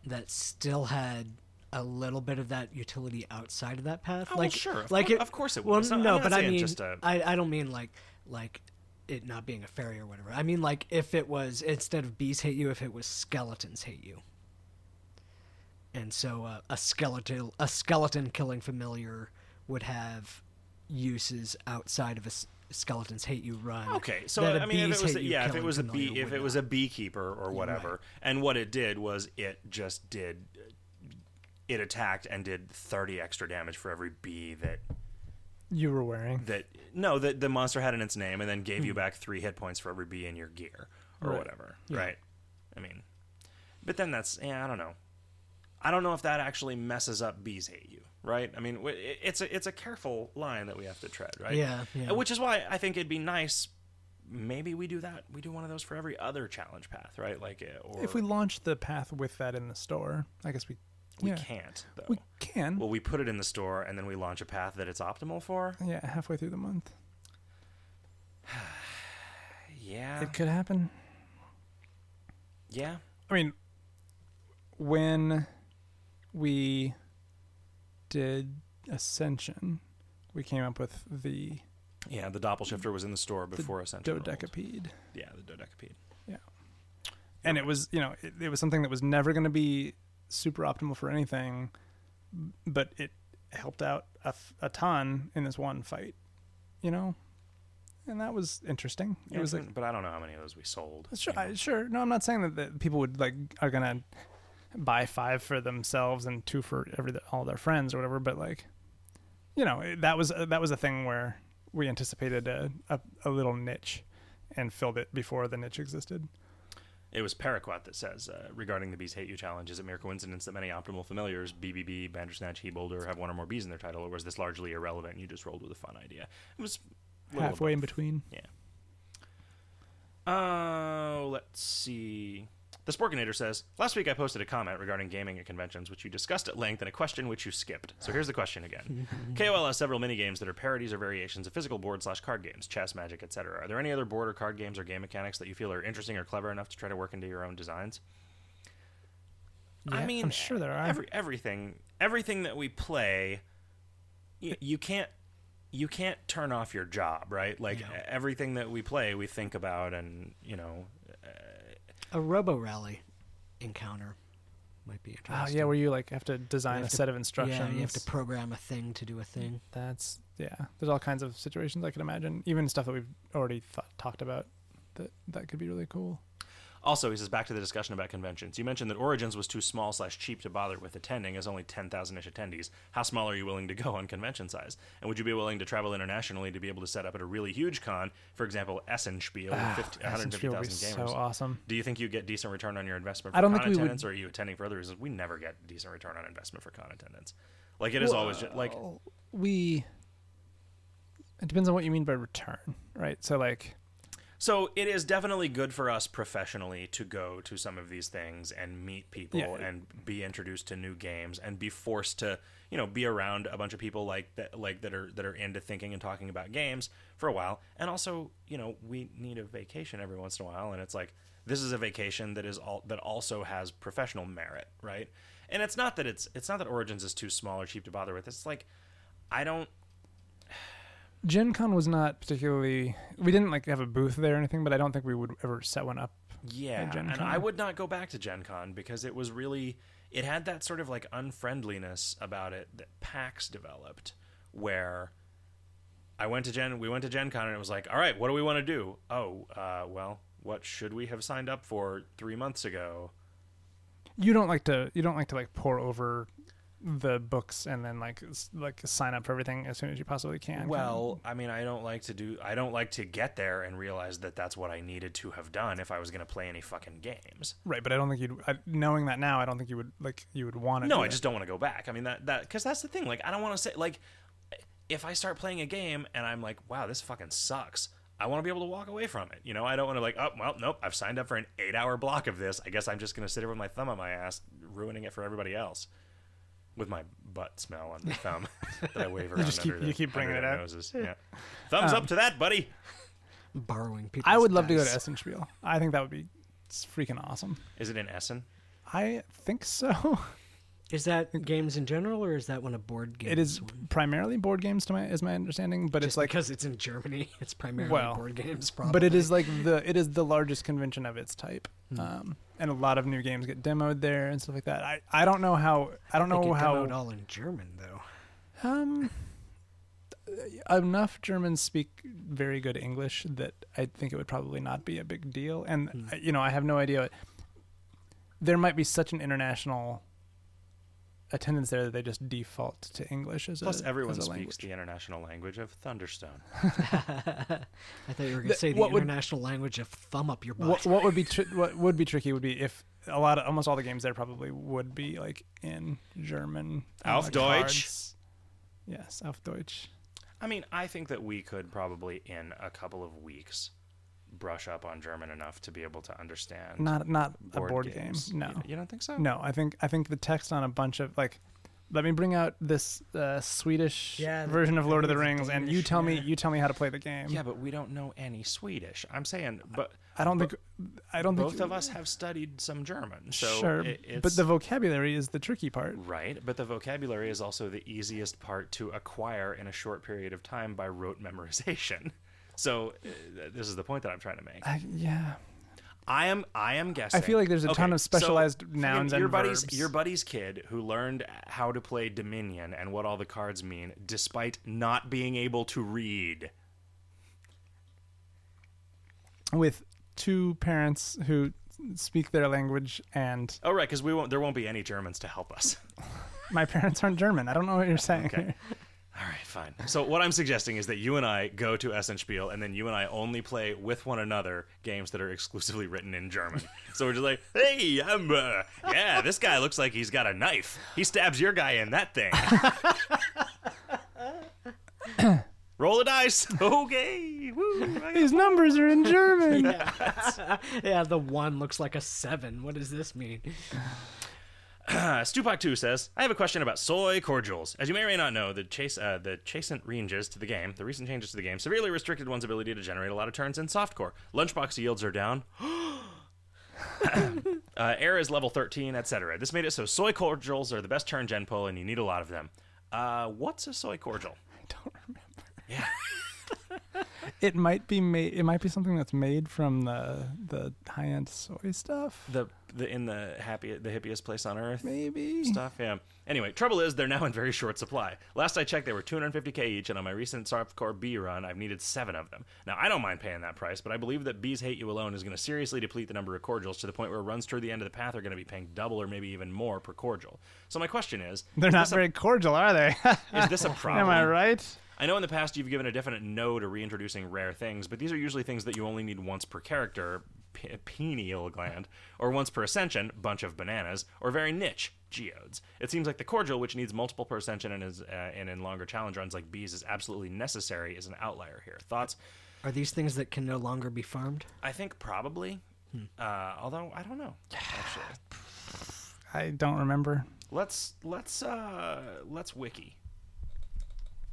that still had a little bit of that utility outside of that path.
Oh, well,
like
sure. Of
like
cour-
it,
of course it
Well,
was. I'm
no,
not
but I
saying
mean,
just a-
I I don't mean like like it not being a fairy or whatever. I mean like if it was instead of bees hate you, if it was skeletons hate you. And so uh, a skeletal a skeleton killing familiar would have uses outside of a s- skeletons hate you run.
Okay, so
that a
I mean, if
bees
it was
hate
a,
you
yeah, if it
killing
was a
familiar
bee, if
would
it was
not.
a beekeeper or whatever, and what it did was it just did, it attacked and did thirty extra damage for every bee that
you were wearing.
that no that the monster had in its name, and then gave you back three hit points for every bee in your gear or
Hmm. Right.
whatever, right? I mean, but then that's yeah, I don't know. I don't know if that actually messes up bees hate you, right? I mean, w- it- it's a it's a careful line that we have to tread, right?
Yeah, yeah.
Which is why I think it'd be nice. Maybe we do that. We do one of those for every other challenge path, right? Like, uh, or
If we launch the path with that in the store, I guess we
we
yeah,
can't though.
we can.
well, we put it in the store and then we launch a path that it's optimal for.
yeah, halfway through the month,
Yeah,
it could happen.
yeah.
I mean, when we did Ascension, we came up with the
Yeah, the doppelshifter was in the store before Ascension. rolled.
dodecapede.
Yeah, the dodecapede.
and it was you know it, it was something that was never going to be super optimal for anything but it helped out a, f- a ton in this one fight you know and that was interesting it was like
Mm-hmm. but I don't know how many of those we sold.
sure,
you know.
I, sure no i'm not saying that, that people would like are going to buy five for themselves and two for every all their friends or whatever but like you know it- that uh, was that was a thing where we anticipated a, a, a little niche and filled it before the niche existed.
It was Paraquat that says uh, regarding the Bees Hate You challenge, is it mere coincidence that many optimal familiars, BBB, Bandersnatch, Hebolder, have one or more bees in their title, or was this largely irrelevant and you just rolled with a fun idea? It was a little
Halfway in
above.
between.
Oh, let's see. The Sporkinator says, Last week I posted a comment regarding gaming at conventions, which you discussed at length, and a question which you skipped. So here's the question again. KOL has several minigames that are parodies or variations of physical board slash card games, chess, magic, etc. Are there any other board or card games or game mechanics that you feel are interesting or clever enough to try to work into your own designs?
Yeah,
I mean,
I'm sure there are.
Every, everything, everything that we play, y- you can't, you can't turn off your job, right? Like e,
No.
everything that we play, we think about, and you know,
A Robo Rally encounter might be interesting.
Oh yeah, where you like have to
You
design a
have to-
set of instructions.
Yeah, you have to program a thing to do a thing.
That's yeah. There's all kinds of situations I can imagine, even stuff that we've already thought, talked about that that could be really cool.
Also, he says back to the discussion about conventions. You mentioned that Origins was too small slash cheap to bother with attending, as only ten thousand ish attendees. How small are you willing to go on convention size? And would you be willing to travel internationally to be able to set up at a really huge con, for example, Essenspiel,
Ah,
with 50 150,000
Essenspiel would be
gamers?
So awesome.
Do you think you get decent return on your investment? For
I don't
con
think we would-
attendance, or are you attending for other reasons? We never get decent return on investment for con attendance. Like it is always just, like
Well, we. It depends on what you mean by return, right? So like,
so it is definitely good for us professionally to go to some of these things and meet people
Yeah.
and be introduced to new games and be forced to you know be around a bunch of people like that like that are that are into thinking and talking about games for a while and also you know we need a vacation every once in a while and it's like this is a vacation that is all that also has professional merit right and it's not that it's it's not that origins is too small or cheap to bother with it's like i don't
Gen Con was not particularly. We didn't like have a booth there or anything, but I don't think we would ever set one up.
Yeah,
Gen
and
Con.
I would not go back to Gen Con because it was really it had that sort of like unfriendliness about it that PAX developed where I went to Gen we went to Gen Con and it was like, "All right, what do we want to do?" Oh, uh, well, what should we have signed up for 3 months ago?
You don't like to. You don't like to like pour over the books and then like s- like sign up for everything as soon as you possibly can. kind of.
Well, I mean, I don't like to do I don't like to get there and realize that that's what I needed to have done if I was going to play any fucking games.
Right, but I don't think you'd I, knowing that now. I don't think you would like you would want to.
No,
do
I
that.
just don't want to go back. I mean that that because that's the thing. Like I don't want to say like if I start playing a game and I'm like, wow, this fucking sucks. I want to be able to walk away from it. You know, I don't want to like, oh well, nope. I've signed up for an eight-hour block of this. I guess I'm just gonna sit here with my thumb on my ass, ruining it for everybody else. With my butt smell on my thumb that I wave around
just keep-
under
you
their-
keep bringing
under
it
their
up. Um,
Noses. Yeah. Thumbs up to that, buddy.
Borrowing people.
I would love to go to Essenspiel. I think that would be it's freaking awesome.
Is it in Essen?
I think so.
Is that games in general, or is that one a board game?
It is primarily board games to my is my understanding, but
Just
it's like
because it's in Germany, it's primarily
Well,
board games. Probably.
but it is like the it is the largest convention of its type.
Hmm.
Um, and a lot of new games get demoed there and stuff like that. I, I don't know how I don't
They could
know how
demoed all in German though.
Um, enough Germans speak very good English that I think it would probably not be a big deal. And
Hmm.
I- you know, I have no idea. There might be such an international attendance there that they just default to English as
Plus,
a,
everyone
uh, as a
speaks
language.
the international language of Thunderstone.
I thought you were going
The-
to say the
what would-
international language of thumb up your butt.
What, what would be tri- what would be tricky would be if a lot of almost all the games there probably would be like in German. and
Auf
the
Deutsch.
cards- Yes, auf Deutsch.
I mean, I think that we could probably in a couple of weeks brush up on German enough to be able to understand
Not not a board game.
games.
No.
You, you don't think so?
No, I think I think the text on a bunch of like, let me bring out this uh, Swedish
Yeah, the-
version of
I
Lord of the
think it's
Rings, and you
Danish,
tell me
yeah.
you tell me how to play the game.
Yeah, but we don't know any Swedish. I'm saying, but
I don't think I don't
both
think
of us have studied some German, so
sure,
it- it's
but the vocabulary is the tricky part.
right. But the vocabulary is also the easiest part to acquire in a short period of time by rote memorization. So uh, th- this is the point that I'm trying to make.
I, yeah,
I am I am guessing.
I feel like there's a ton of specialized
friggin'
nouns and
your buddy's
verbs.
your buddy's kid who learned how to play Dominion and what all the cards mean, despite not being able to read.
with two parents who speak their language, and
Oh right, because we won't. There won't be any Germans to help us.
my parents aren't German. I don't know what you're saying.
Okay. All right, fine. So what I'm suggesting is that you and I go to Essen Spiel, and then you and I only play with one another games that are exclusively written in German. So we're just like, hey, I'm, uh, yeah, this guy looks like he's got a knife. He stabs your guy in that thing. Roll a dice. Okay. Woo. I got-
These numbers are in German.
Yeah, the one looks like a seven. What does this mean?
Uh, Stupak Two says, I have a question about soy cordials. As you may or may not know, the chase uh, the chasant ranges to the game, the recent changes to the game, severely restricted one's ability to generate a lot of turns in softcore. Lunchbox yields are down. uh, air is level 13, etc. This made it so soy cordials are the best turn gen pull, and you need a lot of them. Uh, what's a soy cordial?
don't remember. Yeah. it might be made. It might be something that's made from the the high end soy stuff.
The the in the happy the hippiest place on earth.
Maybe.
stuff. Yeah. Anyway, trouble is they're now in very short supply. Last I checked, they were 250k each, and on my recent softcore B run, I've needed seven of them. Now I don't mind paying that price, but I believe that Bees Hate You Alone is going to seriously deplete the number of cordials to the point where runs toward the end of the path are going to be paying double or maybe even more per cordial. So my question is,
They're
is
not
this a-
very cordial, are they?
is this a problem?
Am I right?
I know in the past you've given a definite no to reintroducing rare things, but these are usually things that you only need once per character, p- pineal gland, or once per ascension, bunch of bananas, or very niche, geodes. It seems like the cordial, which needs multiple per ascension and is uh, and in longer challenge runs like bees, is absolutely necessary, is an outlier here. Thoughts?
Are these things that can no longer be farmed?
I think probably, uh, although I don't know. Actually,
I don't remember.
let's let's uh, let's wiki.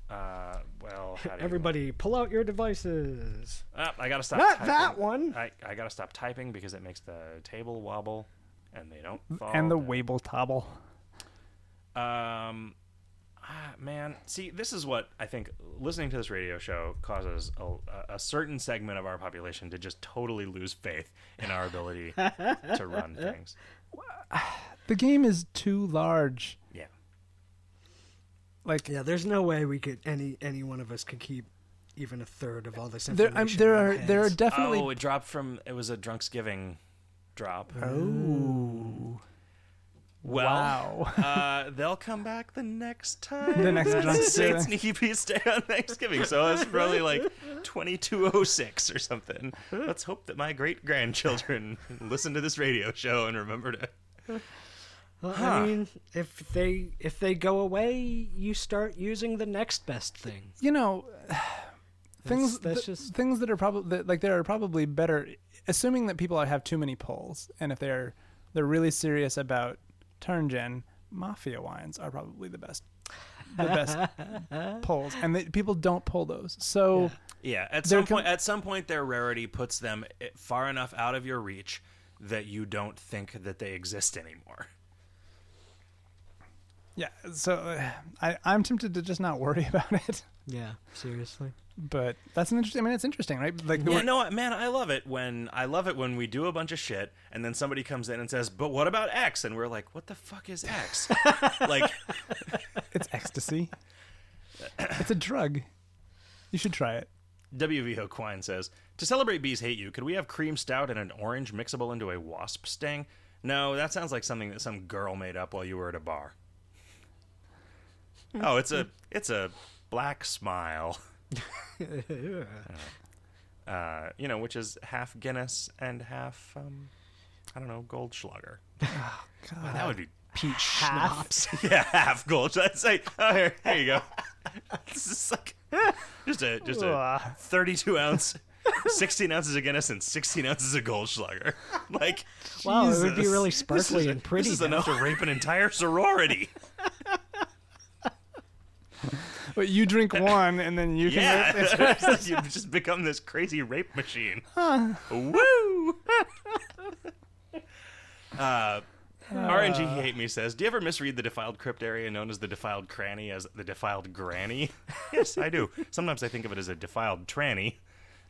Uh, well, how do you-
Everybody, pull out your devices.
Oh, I gotta stop.
Not
typing.
that one.
I, I gotta stop typing because it makes the table wobble, and they don't. Fall
and the
down.
Wable Tobble.
Um, ah, man, see, this is what I think. Listening to this radio show causes a, a certain segment of our population to just totally lose faith in our ability to run things.
The game is too large.
Yeah.
Like
Yeah, there's no way we could any any one of us could keep even a third of all this
there,
information.
I'm, there
in our
are there are
heads.
definitely.
Oh, it dropped from. It was a drunks giving drop.
Oh.
Well,
Wow.
uh, they'll come back the next time.
The next
That's
drunk
Saint
sailor.
Sneaky Pete's Day E on Thanksgiving, so it's probably like 2206 or something. Let's hope that my great grandchildren listen to this radio show and remember to.
Well, I mean, if they if they go away, you start using the next best thing.
You know, things
that's
th-
just-
things that are probably like there are probably better. Assuming that people have too many polls, and if they're they're really serious about turn gen, mafia wines are probably the best. The best polls, and they, people don't pull those. So
Yeah, at
They're
some point,
com-
at some point, their rarity puts them i- far enough out of your reach that you don't think that they exist anymore.
yeah, so uh, I I'm tempted to just not worry about it.
Yeah, seriously.
But that's an interesting. I mean, it's interesting, right? Like
Yeah,
we're-
no, I- man, I love it when I love it when we do a bunch of shit and then somebody comes in and says, "But what about X?" and we're like, "What the fuck is X?" like,
It's ecstasy. it's a drug. You should try it.
WV Hoquine says, To celebrate Bees Hate You, could we have cream stout and an orange mixable into a wasp sting? No, that sounds like something that some girl made up while you were at a bar. oh, it's a it's a black smile. Uh, you know, which is half Guinness and half um, I don't know, Goldschlager.
God.
That would be
Peach schnapps.
yeah, half gold. I'd say, oh, here, here you go. This is like just a just a
Ugh.
thirty-two ounce, sixteen ounces of Guinness and sixteen ounces of Goldschlager. Like,
Wow, it would be
Jesus.
really
This is
sparkly
a-
and pretty.
This is
now.
enough to rape an entire sorority.
But you drink one, and then you can.
Yeah, you've just become this crazy rape machine. Woo! uh, RNG Hate Me says, Do you ever misread the defiled crypt area known as the defiled cranny as the defiled granny? yes, I do. Sometimes I think of it as a defiled tranny,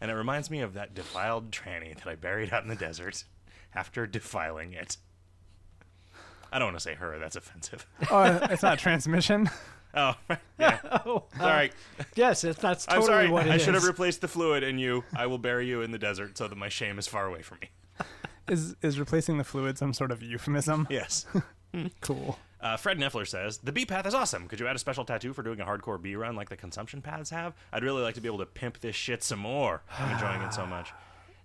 and it reminds me of that defiled tranny that I buried out in the desert after defiling it. I don't want to say her, that's offensive.
Oh, it's not transmission.
Oh, yeah.
Oh, uh,
Sorry.
yes, if that's totally
I'm sorry.
what it
I
is.
should have replaced the fluid in you. I will bury you in the desert so that my shame is far away from me.
Is is replacing the fluid some sort of euphemism?
Yes.
Cool.
Uh, Fred Neffler says the B path is awesome. Could you add a special tattoo for doing a hardcore B run like the consumption paths have? I'd really like to be able to pimp this shit some more. I'm enjoying it so much.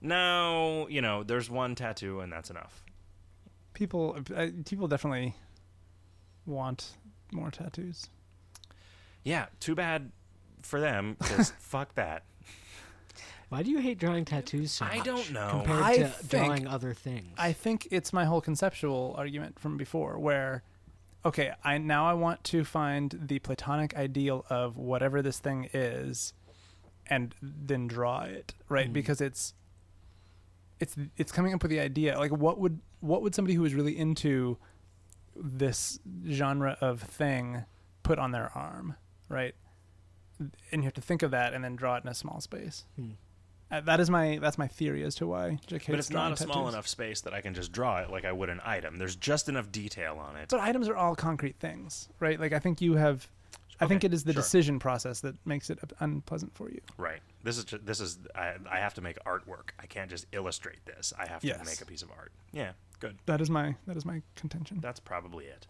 No, you know, there's one tattoo and that's enough.
People, uh, people definitely want more tattoos.
Yeah, too bad for them because fuck that.
Why do you hate drawing tattoos so
I
much
don't know.
compared
I
to
think-
drawing other things?
I think it's my whole conceptual argument from before where okay, I now I want to find the platonic ideal of whatever this thing is and then draw it,
Mm-hmm.
right? Because it's it's it's coming up with the idea like what would what would somebody who is really into this genre of thing put on their arm, right? And you have to think of that and then draw it in a small space. Uh, that is my that's my theory as to why Jake
Hmm. But
hates
it's not
drawing
a small
tattoos.
enough space that I can just draw it like I would an item. There's just enough detail on it.
But items are all concrete things, right? Like I think you have, I think
Okay,
it is the
sure.
decision process that makes it unpleasant for you.
Right. This is ju- this is I, I have to make artwork. I can't just illustrate this. I have to
Yes.
make a piece of art. Yeah, good.
That is my that is my contention.
That's probably it.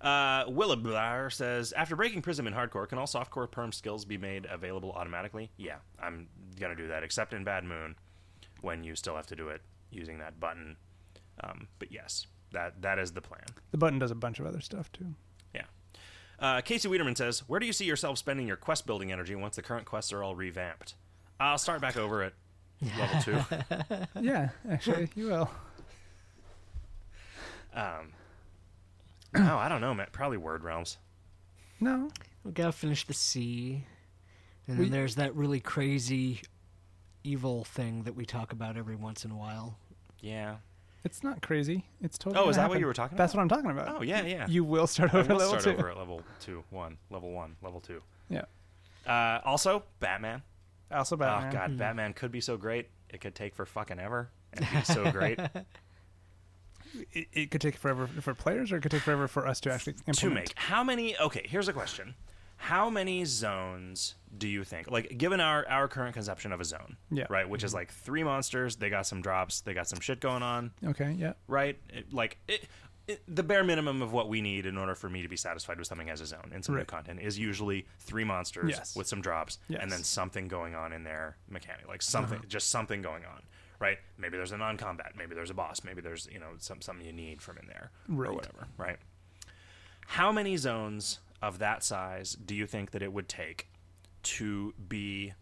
Uh, Williblar says after breaking Prism in hardcore, can all softcore perm skills be made available automatically? Yeah, I'm gonna do that, except in Bad Moon, when you still have to do it using that button. Um, but yes, that that is the plan.
The button does a bunch of other stuff too.
Yeah. Uh, Casey Wiederman says, "Where do you see yourself spending your quest building energy once the current quests are all revamped?" I'll start back over at level two.
yeah, actually, you will.
Um, no, I don't know, Matt. Probably Word Realms.
No,
we gotta finish the sea, and then
We-
there's that really crazy, evil thing that we talk about every once in a while.
Yeah.
it's not crazy. It's totally.
Oh, is
gonna
that what
happen.
you were talking
That's what I'm talking about.
Oh, yeah, yeah.
You will start
I
over
will
level
start
two.
over at level two, one, level one, level two.
Yeah.
Uh, also, Batman.
Also,
Oh
Batman.
God, Batman could be so great. It could take for fucking ever and be so great.
It, it could take forever for players, or it could take forever for us to actually implement.
to make how many okay here's a question how many zones do you think like given our our current conception of a zone
Yeah.
right which is like three monsters they got some drops they got some shit going on
Okay. Yeah.
right It- like it, it, the bare minimum of what we need in order for me to be satisfied with something as a zone and some new
Right.
content is usually three monsters
Yes.
with some drops
Yes. Uh-huh.
and then something going on in their mechanic like something just something going on right maybe there's a non-combat maybe there's a boss maybe there's you know some something you need from in there or
Right.
whatever right how many zones of that size do you think that it would take to be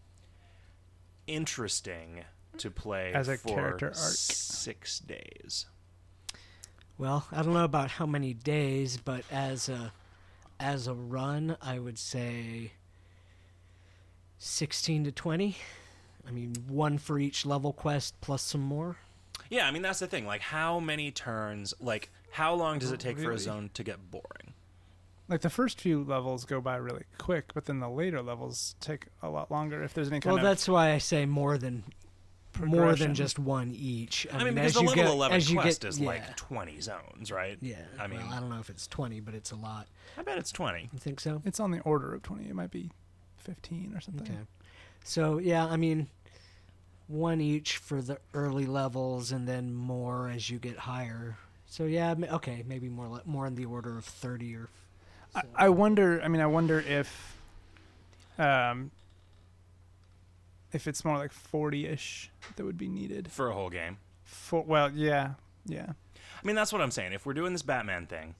interesting to play
As a
for
character arc.
six days
Well, I don't know about how many days, but as a as a run, I would say sixteen to twenty. I mean, one for each level quest plus some more.
Yeah, I mean that's the thing. Like, how many turns? Like, how long
Oh,
does it take for a
Really?
zone to get boring?
Like the first few levels go by really quick, but then the later levels take a lot longer. If there's any kind
Well,
of
that's why I say more than more than
Progression.
just one each.
I mean, because
as
the
you
level
get-
eleven
as you
quest
get-
is
yeah,
like twenty zones, right?
yeah.
I mean,
well, I don't know if it's twenty, but it's a lot.
I bet it's twenty.
You think so?
It's on the order of 20. It might be 15 or something.
Okay. So yeah, I mean, one each for the early levels, and then more as you get higher. So yeah, m- okay, maybe more li- more in the order of thirty or.
I, I wonder, I mean, I wonder if um if it's more like 40ish that would be needed.
for a whole game.
For well, yeah. Yeah.
I mean, that's what I'm saying. If we're doing this Batman thing,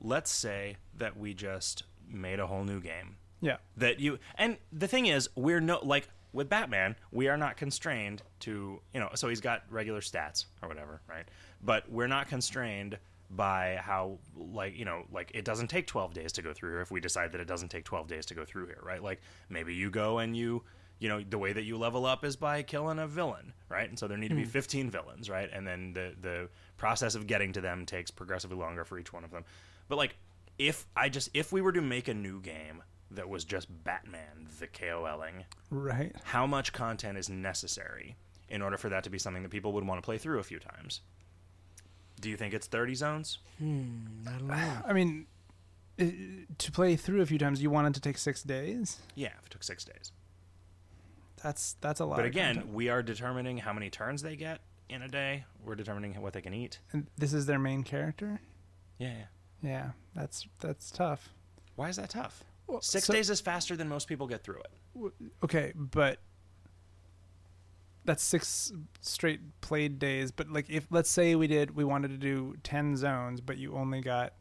let's say that we just made a whole new game
Yeah.
that you and the thing is we're no like with batman we are not constrained to you know so he's got regular stats or whatever right but we're not constrained by how like you know like it doesn't take 12 days to go through here if we decide that it doesn't take 12 days to go through here right like maybe you go and you you know the way that you level up is by killing a villain right and so there need to be 15 villains right and then the the process of getting to them takes progressively longer for each one of them but like if I just if we were to make a new game that was just Batman the KOLing,
Right.
how much content is necessary in order for that to be something that people would want to play through a few times? Do you think it's 30 zones?
I don't know.
I mean i- i- to play through a few times, you wanted to take 6 days.
Yeah, if it took 6 days.
That's that's a lot.
But
of
again,
content.
we are determining how many turns they get in a day. We're determining what they can eat.
and this is their main character.
Yeah, yeah.
Yeah, that's that's tough.
Why is that tough?
Well,
Six
so-
days is faster than most people get through it.
Okay, but that's six straight played days. But like, if let's say we did, we wanted to do ten zones, but you only got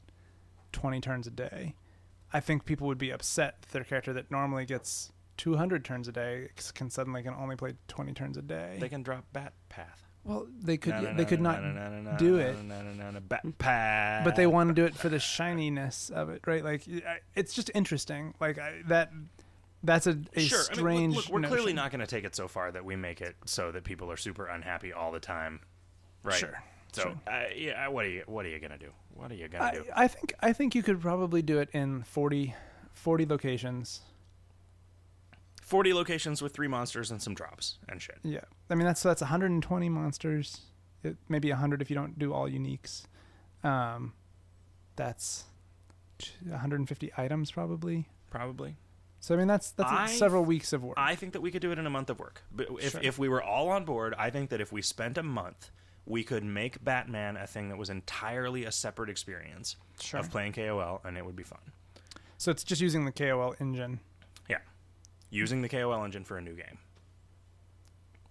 twenty turns a day. I think people would be upset that their character that normally gets two hundred turns a day can suddenly can only play twenty turns a day.
They can drop bat path.
well, they could
Na- na-
they
na-
could
na-
not
na- na- na- na-
do
na-
it.
na- na- na- na- Bat path.
but they want to do it for the shininess of it, right? Like I- it's just interesting. Like I, that that's a, a
sure. I
strange.
mean, look, look, we're clearly
notion.
not going to take it so far that we make it so that people are super unhappy all the time, right?
Sure,
So,
sure.
Uh, yeah, what are you what are you going to do? What are you going to
I,
do?
I think I think you could probably do it in 40, 40 locations.
40 locations with three monsters and some drops and shit.
Yeah, I mean that's so that's one hundred and twenty monsters. It, maybe hundred if you don't do all uniques. Um, that's one hundred and fifty items probably.
Probably.
So I mean that's that's
I-
several weeks of work.
I think that we could do it in a month of work. But if,
Sure.
if we were all on board, I think that if we spent a month, we could make Batman a thing that was entirely a separate experience
Sure.
of playing KOL, and it would be fun.
so it's just using the KOL engine.
Yeah, using the KOL engine for a new game.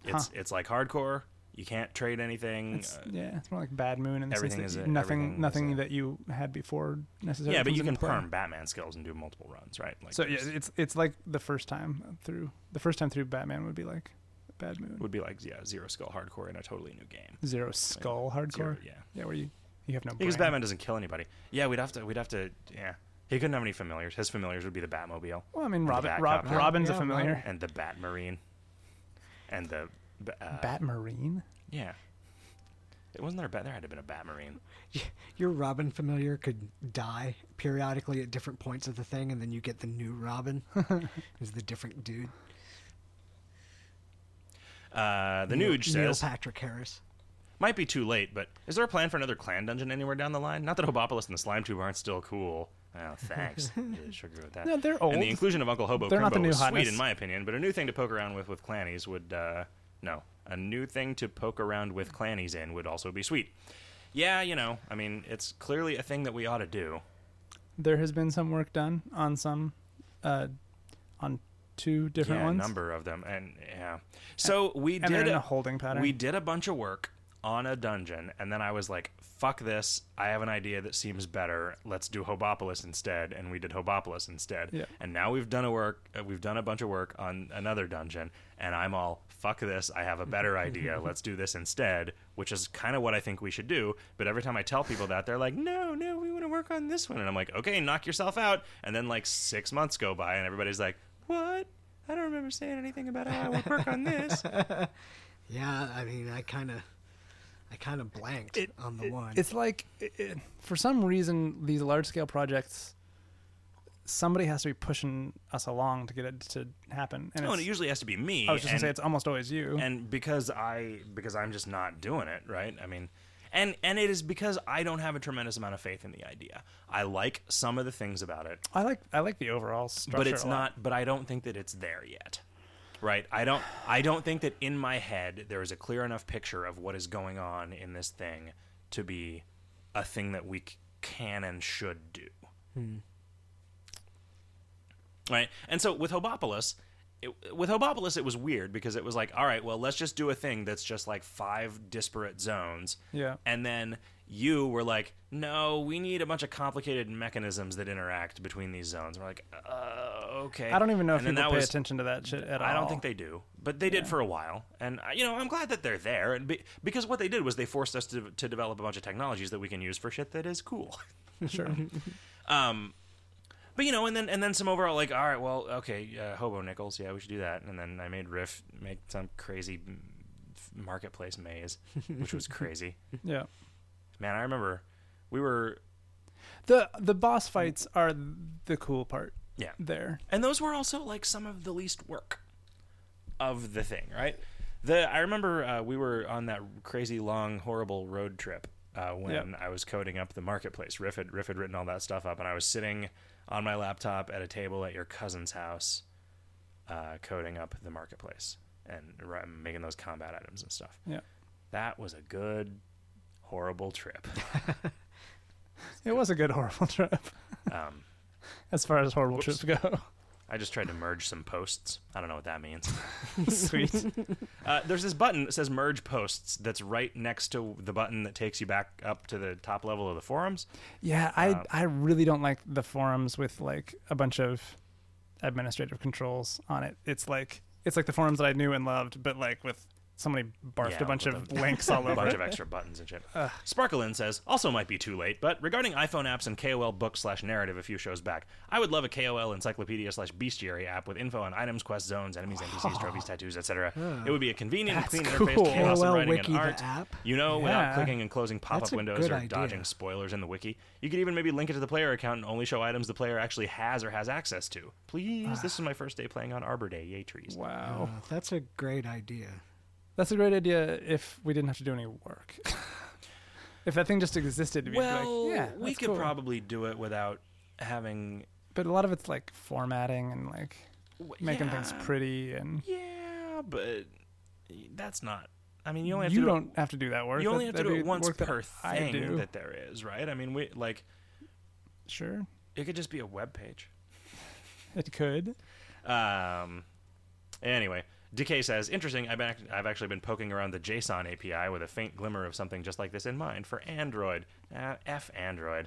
It's it's like hardcore. You can't trade anything.
It's,
Uh,
yeah, it's more like Bad Moon and
everything
that
is
you-
a-
nothing
everything is
nothing
a-
that you had before necessarily.
yeah, but
comes
you
into
can
play.
perm Batman skills and do multiple runs, right? Like
So yeah,
there's-
it's it's like the first time through. The first time through Batman would be like Bad Moon.
would be like yeah, zero skill hardcore in a totally new game.
Zero skull hardcore.
Zero, yeah.
Yeah, where you you have no
Because
brain.
Batman doesn't kill anybody. Yeah, we'd have to. We'd have to. Yeah, he couldn't have any familiars. His familiars would be the Batmobile
Well, I mean, Robin,
Bat
Rob,
Cop.
Robin's
Yeah,
a familiar.
and the Batmarine, and the uh,
Bat Marine.
Yeah, it wasn't there. A bat. There had to have been a Batmarine.
Your Robin familiar could die periodically at different points of the thing, and then you get the new Robin, who's the different dude.
Uh, the Nuge
Neil
says
Patrick Harris.
might be too late, but is there a plan for another clan dungeon anywhere down the line? Not that Hobopolis and the Slime Tube aren't still cool. Oh, thanks. Really sugar with that.
No, they're
uh, And
old.
the inclusion of Uncle Hobo
They're not
Crimbo
the new
was sweet,
hotness.
in my opinion, but a new thing to poke around with with clannies would, uh, no, a new thing to poke around with clannies in would also be sweet. Yeah, you know, I mean, it's clearly a thing that we ought to do.
There has been some work done on some, uh, on two different
yeah,
ones.
a number of them, and yeah. So we
and they're
did
in a holding pattern.
We did a bunch of work on a dungeon, and then I was like, fuck this. I have an idea that seems better. Let's do Hobopolis instead. And we did Hobopolis instead.
Yeah.
And now we've done a work uh, we've done a bunch of work on another dungeon, and I'm all, fuck this, I have a better idea. Let's do this instead, which is kind of what I think we should do. But every time I tell people that, they're like, No, no, we want to work on this one. And I'm like, Okay, knock yourself out. And then like six months go by and everybody's like, What? I don't remember saying anything about how I would work on this.
Yeah, I mean, I kind of, I kind of blanked
It-
on the
it-
one.
It's like, it, it- for some reason, these large scale projects, somebody has to be pushing us along to get it to happen. And,
No,
it's,
and it usually has to be me.
I was just
and,
gonna say it's almost always you.
and because I because I'm just not doing it right. I mean, and and it is because I don't have a tremendous amount of faith in the idea. I like some of the things about it,
I like I like the overall structure,
but it's
a lot.
not. But I don't think that it's there yet. Right. I don't. I don't think that in my head there is a clear enough picture of what is going on in this thing to be a thing that we c- can and should do. Right. And so with Hobopolis, it, with Hobopolis, it was weird because it was like, all right, well, let's just do a thing that's just like five disparate zones.
Yeah.
And then you were like, no, we need a bunch of complicated mechanisms that interact between these zones. We're like, uh, okay.
I don't even know if
And then
people
that
pay
was-
attention to that shit at all.
I don't think they do, but they did for a while, and I- you know I'm glad that they're there, and be, because what they did was they forced us to, to develop a bunch of technologies that we can use for shit that is cool.
sure.
Um, but you know, and then and then some overall like, all right, well, okay, uh, hobo nickels, yeah, we should do that. And then I made Riff make some crazy mm, f- marketplace maze, which was crazy.
Yeah.
Man, I remember we were,
The the boss fights are the cool part
yeah,
there.
and those were also like some of the least work of the thing, right? The I remember uh, we were on that crazy long, horrible road trip uh, when
Yep.
I was coding up the marketplace. Riff had Riff had written all that stuff up, and I was sitting on my laptop at a table at your cousin's house, uh, coding up the marketplace and ri- making those combat items and stuff.
Yeah.
That was a good, horrible trip.
It was a good horrible trip,
Um,
as far as horrible
Whoops.
trips go.
I just tried to merge some posts. I don't know what that means.
Sweet.
Uh, there's this button that says merge posts that's right next to the button that takes you back up to the top level of the forums.
Yeah, I
Uh,
I really don't like the forums with like a bunch of administrative controls on it. It's like it's like the forums that I knew and loved, but like with somebody barfed
Yeah,
a bunch
with
of
a-
links all
a
over.
bunch
it.
of extra buttons and shit. Sparklein says, also might be too late, but regarding iPhone apps and KOL book slash narrative a few shows back, I would love a KOL encyclopedia slash bestiary app with info on items, quests, zones, enemies, NPCs, trophies, tattoos, etc. It would be a convenient and
That's
clean interface
cool.
to chaos
AOL
and writing
Wiki,
and
the
art.
app?
You know, without
Yeah.
clicking and closing pop-up
That's a
windows
good
or
idea.
dodging spoilers in the wiki. You could even maybe link it to the player account and only show items the player actually has or has access to. Please, this is my first day playing on Arbor Day. Yay trees.
Wow,
Uh, that's a great idea.
that's a great idea. If we didn't have to do any work, if that thing just existed, we'd
Well,
be like, yeah,
we
that's
could
cool."
probably do it without having
But a lot of it's like formatting and like making things pretty, and
Yeah, but that's not. I mean, you only have
you
to
don't have to do that work.
you only
That-
have to
that'd
do it
be
once
work that
per
I
thing
do.
that there is, right? I mean, we like
Sure,
it could just be a web page.
it could.
Um. Anyway, Decay says, interesting. I've been, I've actually been poking around the JSON API with a faint glimmer of something just like this in mind for Android. Uh, F Android.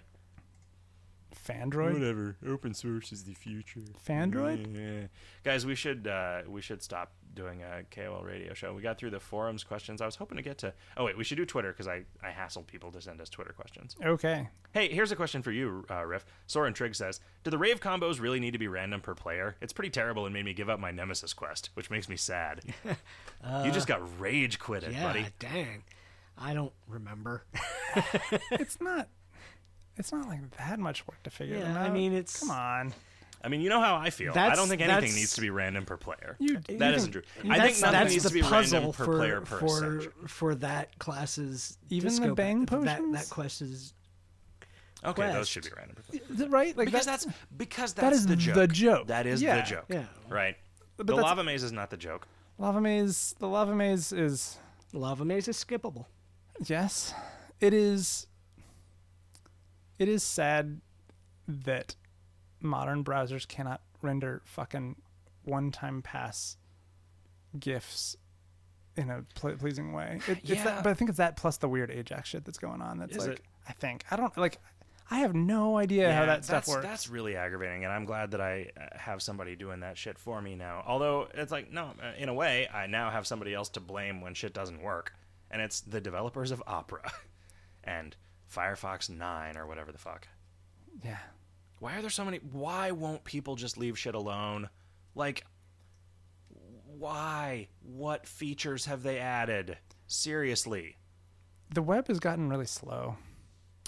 Fandroid.
Whatever. Open source is the future.
Fandroid?
Yeah. Guys, we should uh, we should stop doing a KOL radio show. We got through the forums questions. I was hoping to get to. Oh wait, we should do Twitter because I I hassled people to send us Twitter questions.
Okay.
Hey, here's a question for you, uh, Riff. Soren Trigg says, "Do the rave combos really need to be random per player? It's pretty terrible and made me give up my Nemesis quest, which makes me sad. you just got rage quitted,
Uh, Yeah,
buddy.
dang. I don't remember.
it's not it's not like that much work to figure them
Yeah,
out.
I mean, it's-
come on.
I mean, you know how I feel. I
That's-
don't think anything
that's-
needs to be random per player.
You-
That
you
not
think-
true. I think
That's-
nothing
that's
needs
the
to be
puzzle
random per
for,
player per
for,
section.
for that class's
Even the
disco-
bang
that- That,
potions?
quest is
Okay, those
quest.
should be random per player.
Is it Right? Like
because
that-
that's because that's
that is
the joke.
the joke.
That is the
Yeah.
joke.
Yeah.
Right. the
that's-
lava maze is not the joke.
lava maze. The lava maze is
lava maze is skippable.
yes, it is. It is sad that modern browsers cannot render fucking one-time pass gifs in a ple- pleasing way. It, it's
Yeah.
that, but I think it's that plus the weird Ajax shit that's going on. That's
Is
like
it?
I think I don't like. I have no idea how that stuff
that's,
works.
That's really aggravating, and I'm glad that I uh, have somebody doing that shit for me now. Although it's like, no, uh, in a way, I now have somebody else to blame when shit doesn't work, and it's the developers of Opera and Firefox 9 or whatever the fuck.
yeah.
Why are there so many? Why won't people just leave shit alone? Like, why? What features have they added? Seriously.
the web has gotten really slow.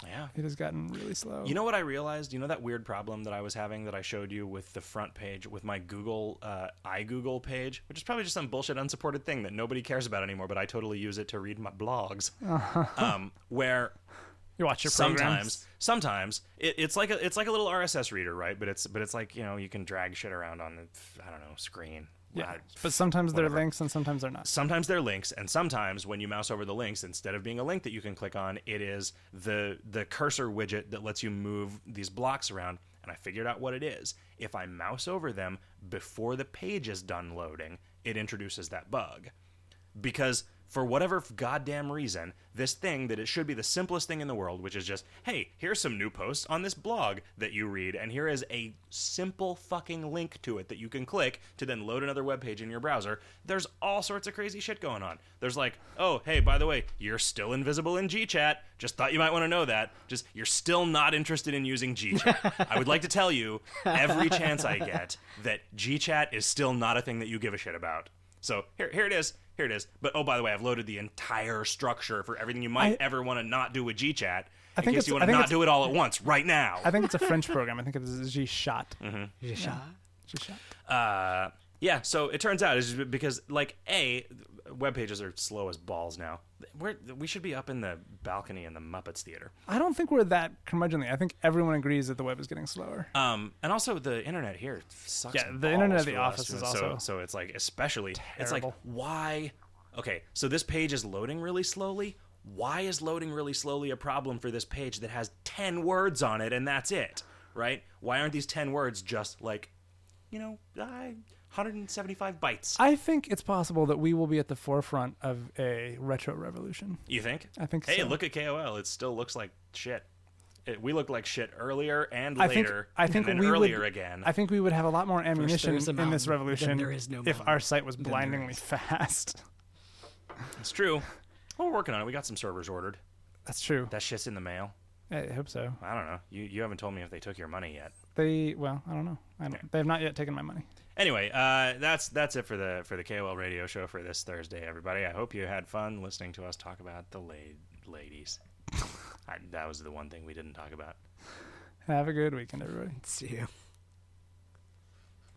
Yeah.
It has gotten really slow.
You know what I realized? You know that weird problem that I was having that I showed you with the front page with my Google uh, iGoogle page, which is probably just some bullshit unsupported thing that nobody cares about anymore, but I totally use it to read my blogs. Um, where
you watch your
sometimes, sometimes it, it's like a it's like a little RSS reader, right? But it's but it's like you know you can drag shit around on the I don't know screen.
Yeah,
I-
but sometimes they're links and sometimes they're not.
Uh, sometimes they're links and sometimes when you mouse over the links instead of being a link that you can click on it is the the cursor widget that lets you move these blocks around and i figured out what it is if i mouse over them before the page is done loading it introduces that bug because for whatever f- goddamn reason, this thing that it should be the simplest thing in the world, which is just, hey, here's some new posts on this blog that you read, and here is a simple fucking link to it that you can click to then load another web page in your browser. There's all sorts of crazy shit going on. There's like, oh, hey, by the way, you're still invisible in GChat. Just thought you might want to know that. Just, you're still not interested in using GChat. I would like to tell you every chance I get that GChat is still not a thing that you give a shit about. So here, here it is. Here it is. But oh, by the way, I've loaded the entire structure for everything you might
I-
ever want to not do with GChat. I
think
in case
it's-
you
I
want to
think
not
it's-
do it all at once right now.
I think it's a French program. I think it's G shot.
Mm-hmm.
Yeah.
uh, yeah. So it turns out it's just because like a web pages are slow as balls now. We're, we should be up in the balcony in the Muppets theater.
I don't think we're that curmudgeonly. I think everyone agrees that the web is getting slower.
Um, and also the internet here sucks.
Yeah, the
balls
internet at
for
the
us,
office is
so-
also
so. It's like especially. It's like
terrible.
why? Okay, so this page is loading really slowly. Why is loading really slowly a problem for this page that has 10 words on it and that's it, right? Why aren't these 10 words just like, you know, uh, 175 bytes?
I think it's possible that we will be at the forefront of a retro revolution.
You think?
I think
Hey,
so.
look at KOL. It still looks like shit. It, we look like shit earlier and
I think-
later.
I think
and then
we would-
earlier again.
I think we would have a lot more ammunition
there's a
in this
mountain,
revolution
then there is no
if our
mountain,
site was
then there
blindingly
is.
fast.
it's true. Well, we're working on it. We got some servers ordered.
That's true.
That shit's in the mail.
I hope so.
I don't know. You you haven't told me if they took your money yet.
They well, I don't know. I don't,
Yeah.
They have not yet taken my money.
Anyway, uh, that's that's it for the for the KOL radio show for this Thursday, everybody. I hope you had fun listening to us talk about the la- ladies. I, that was the one thing we didn't talk about.
Have a good weekend, everybody.
See you.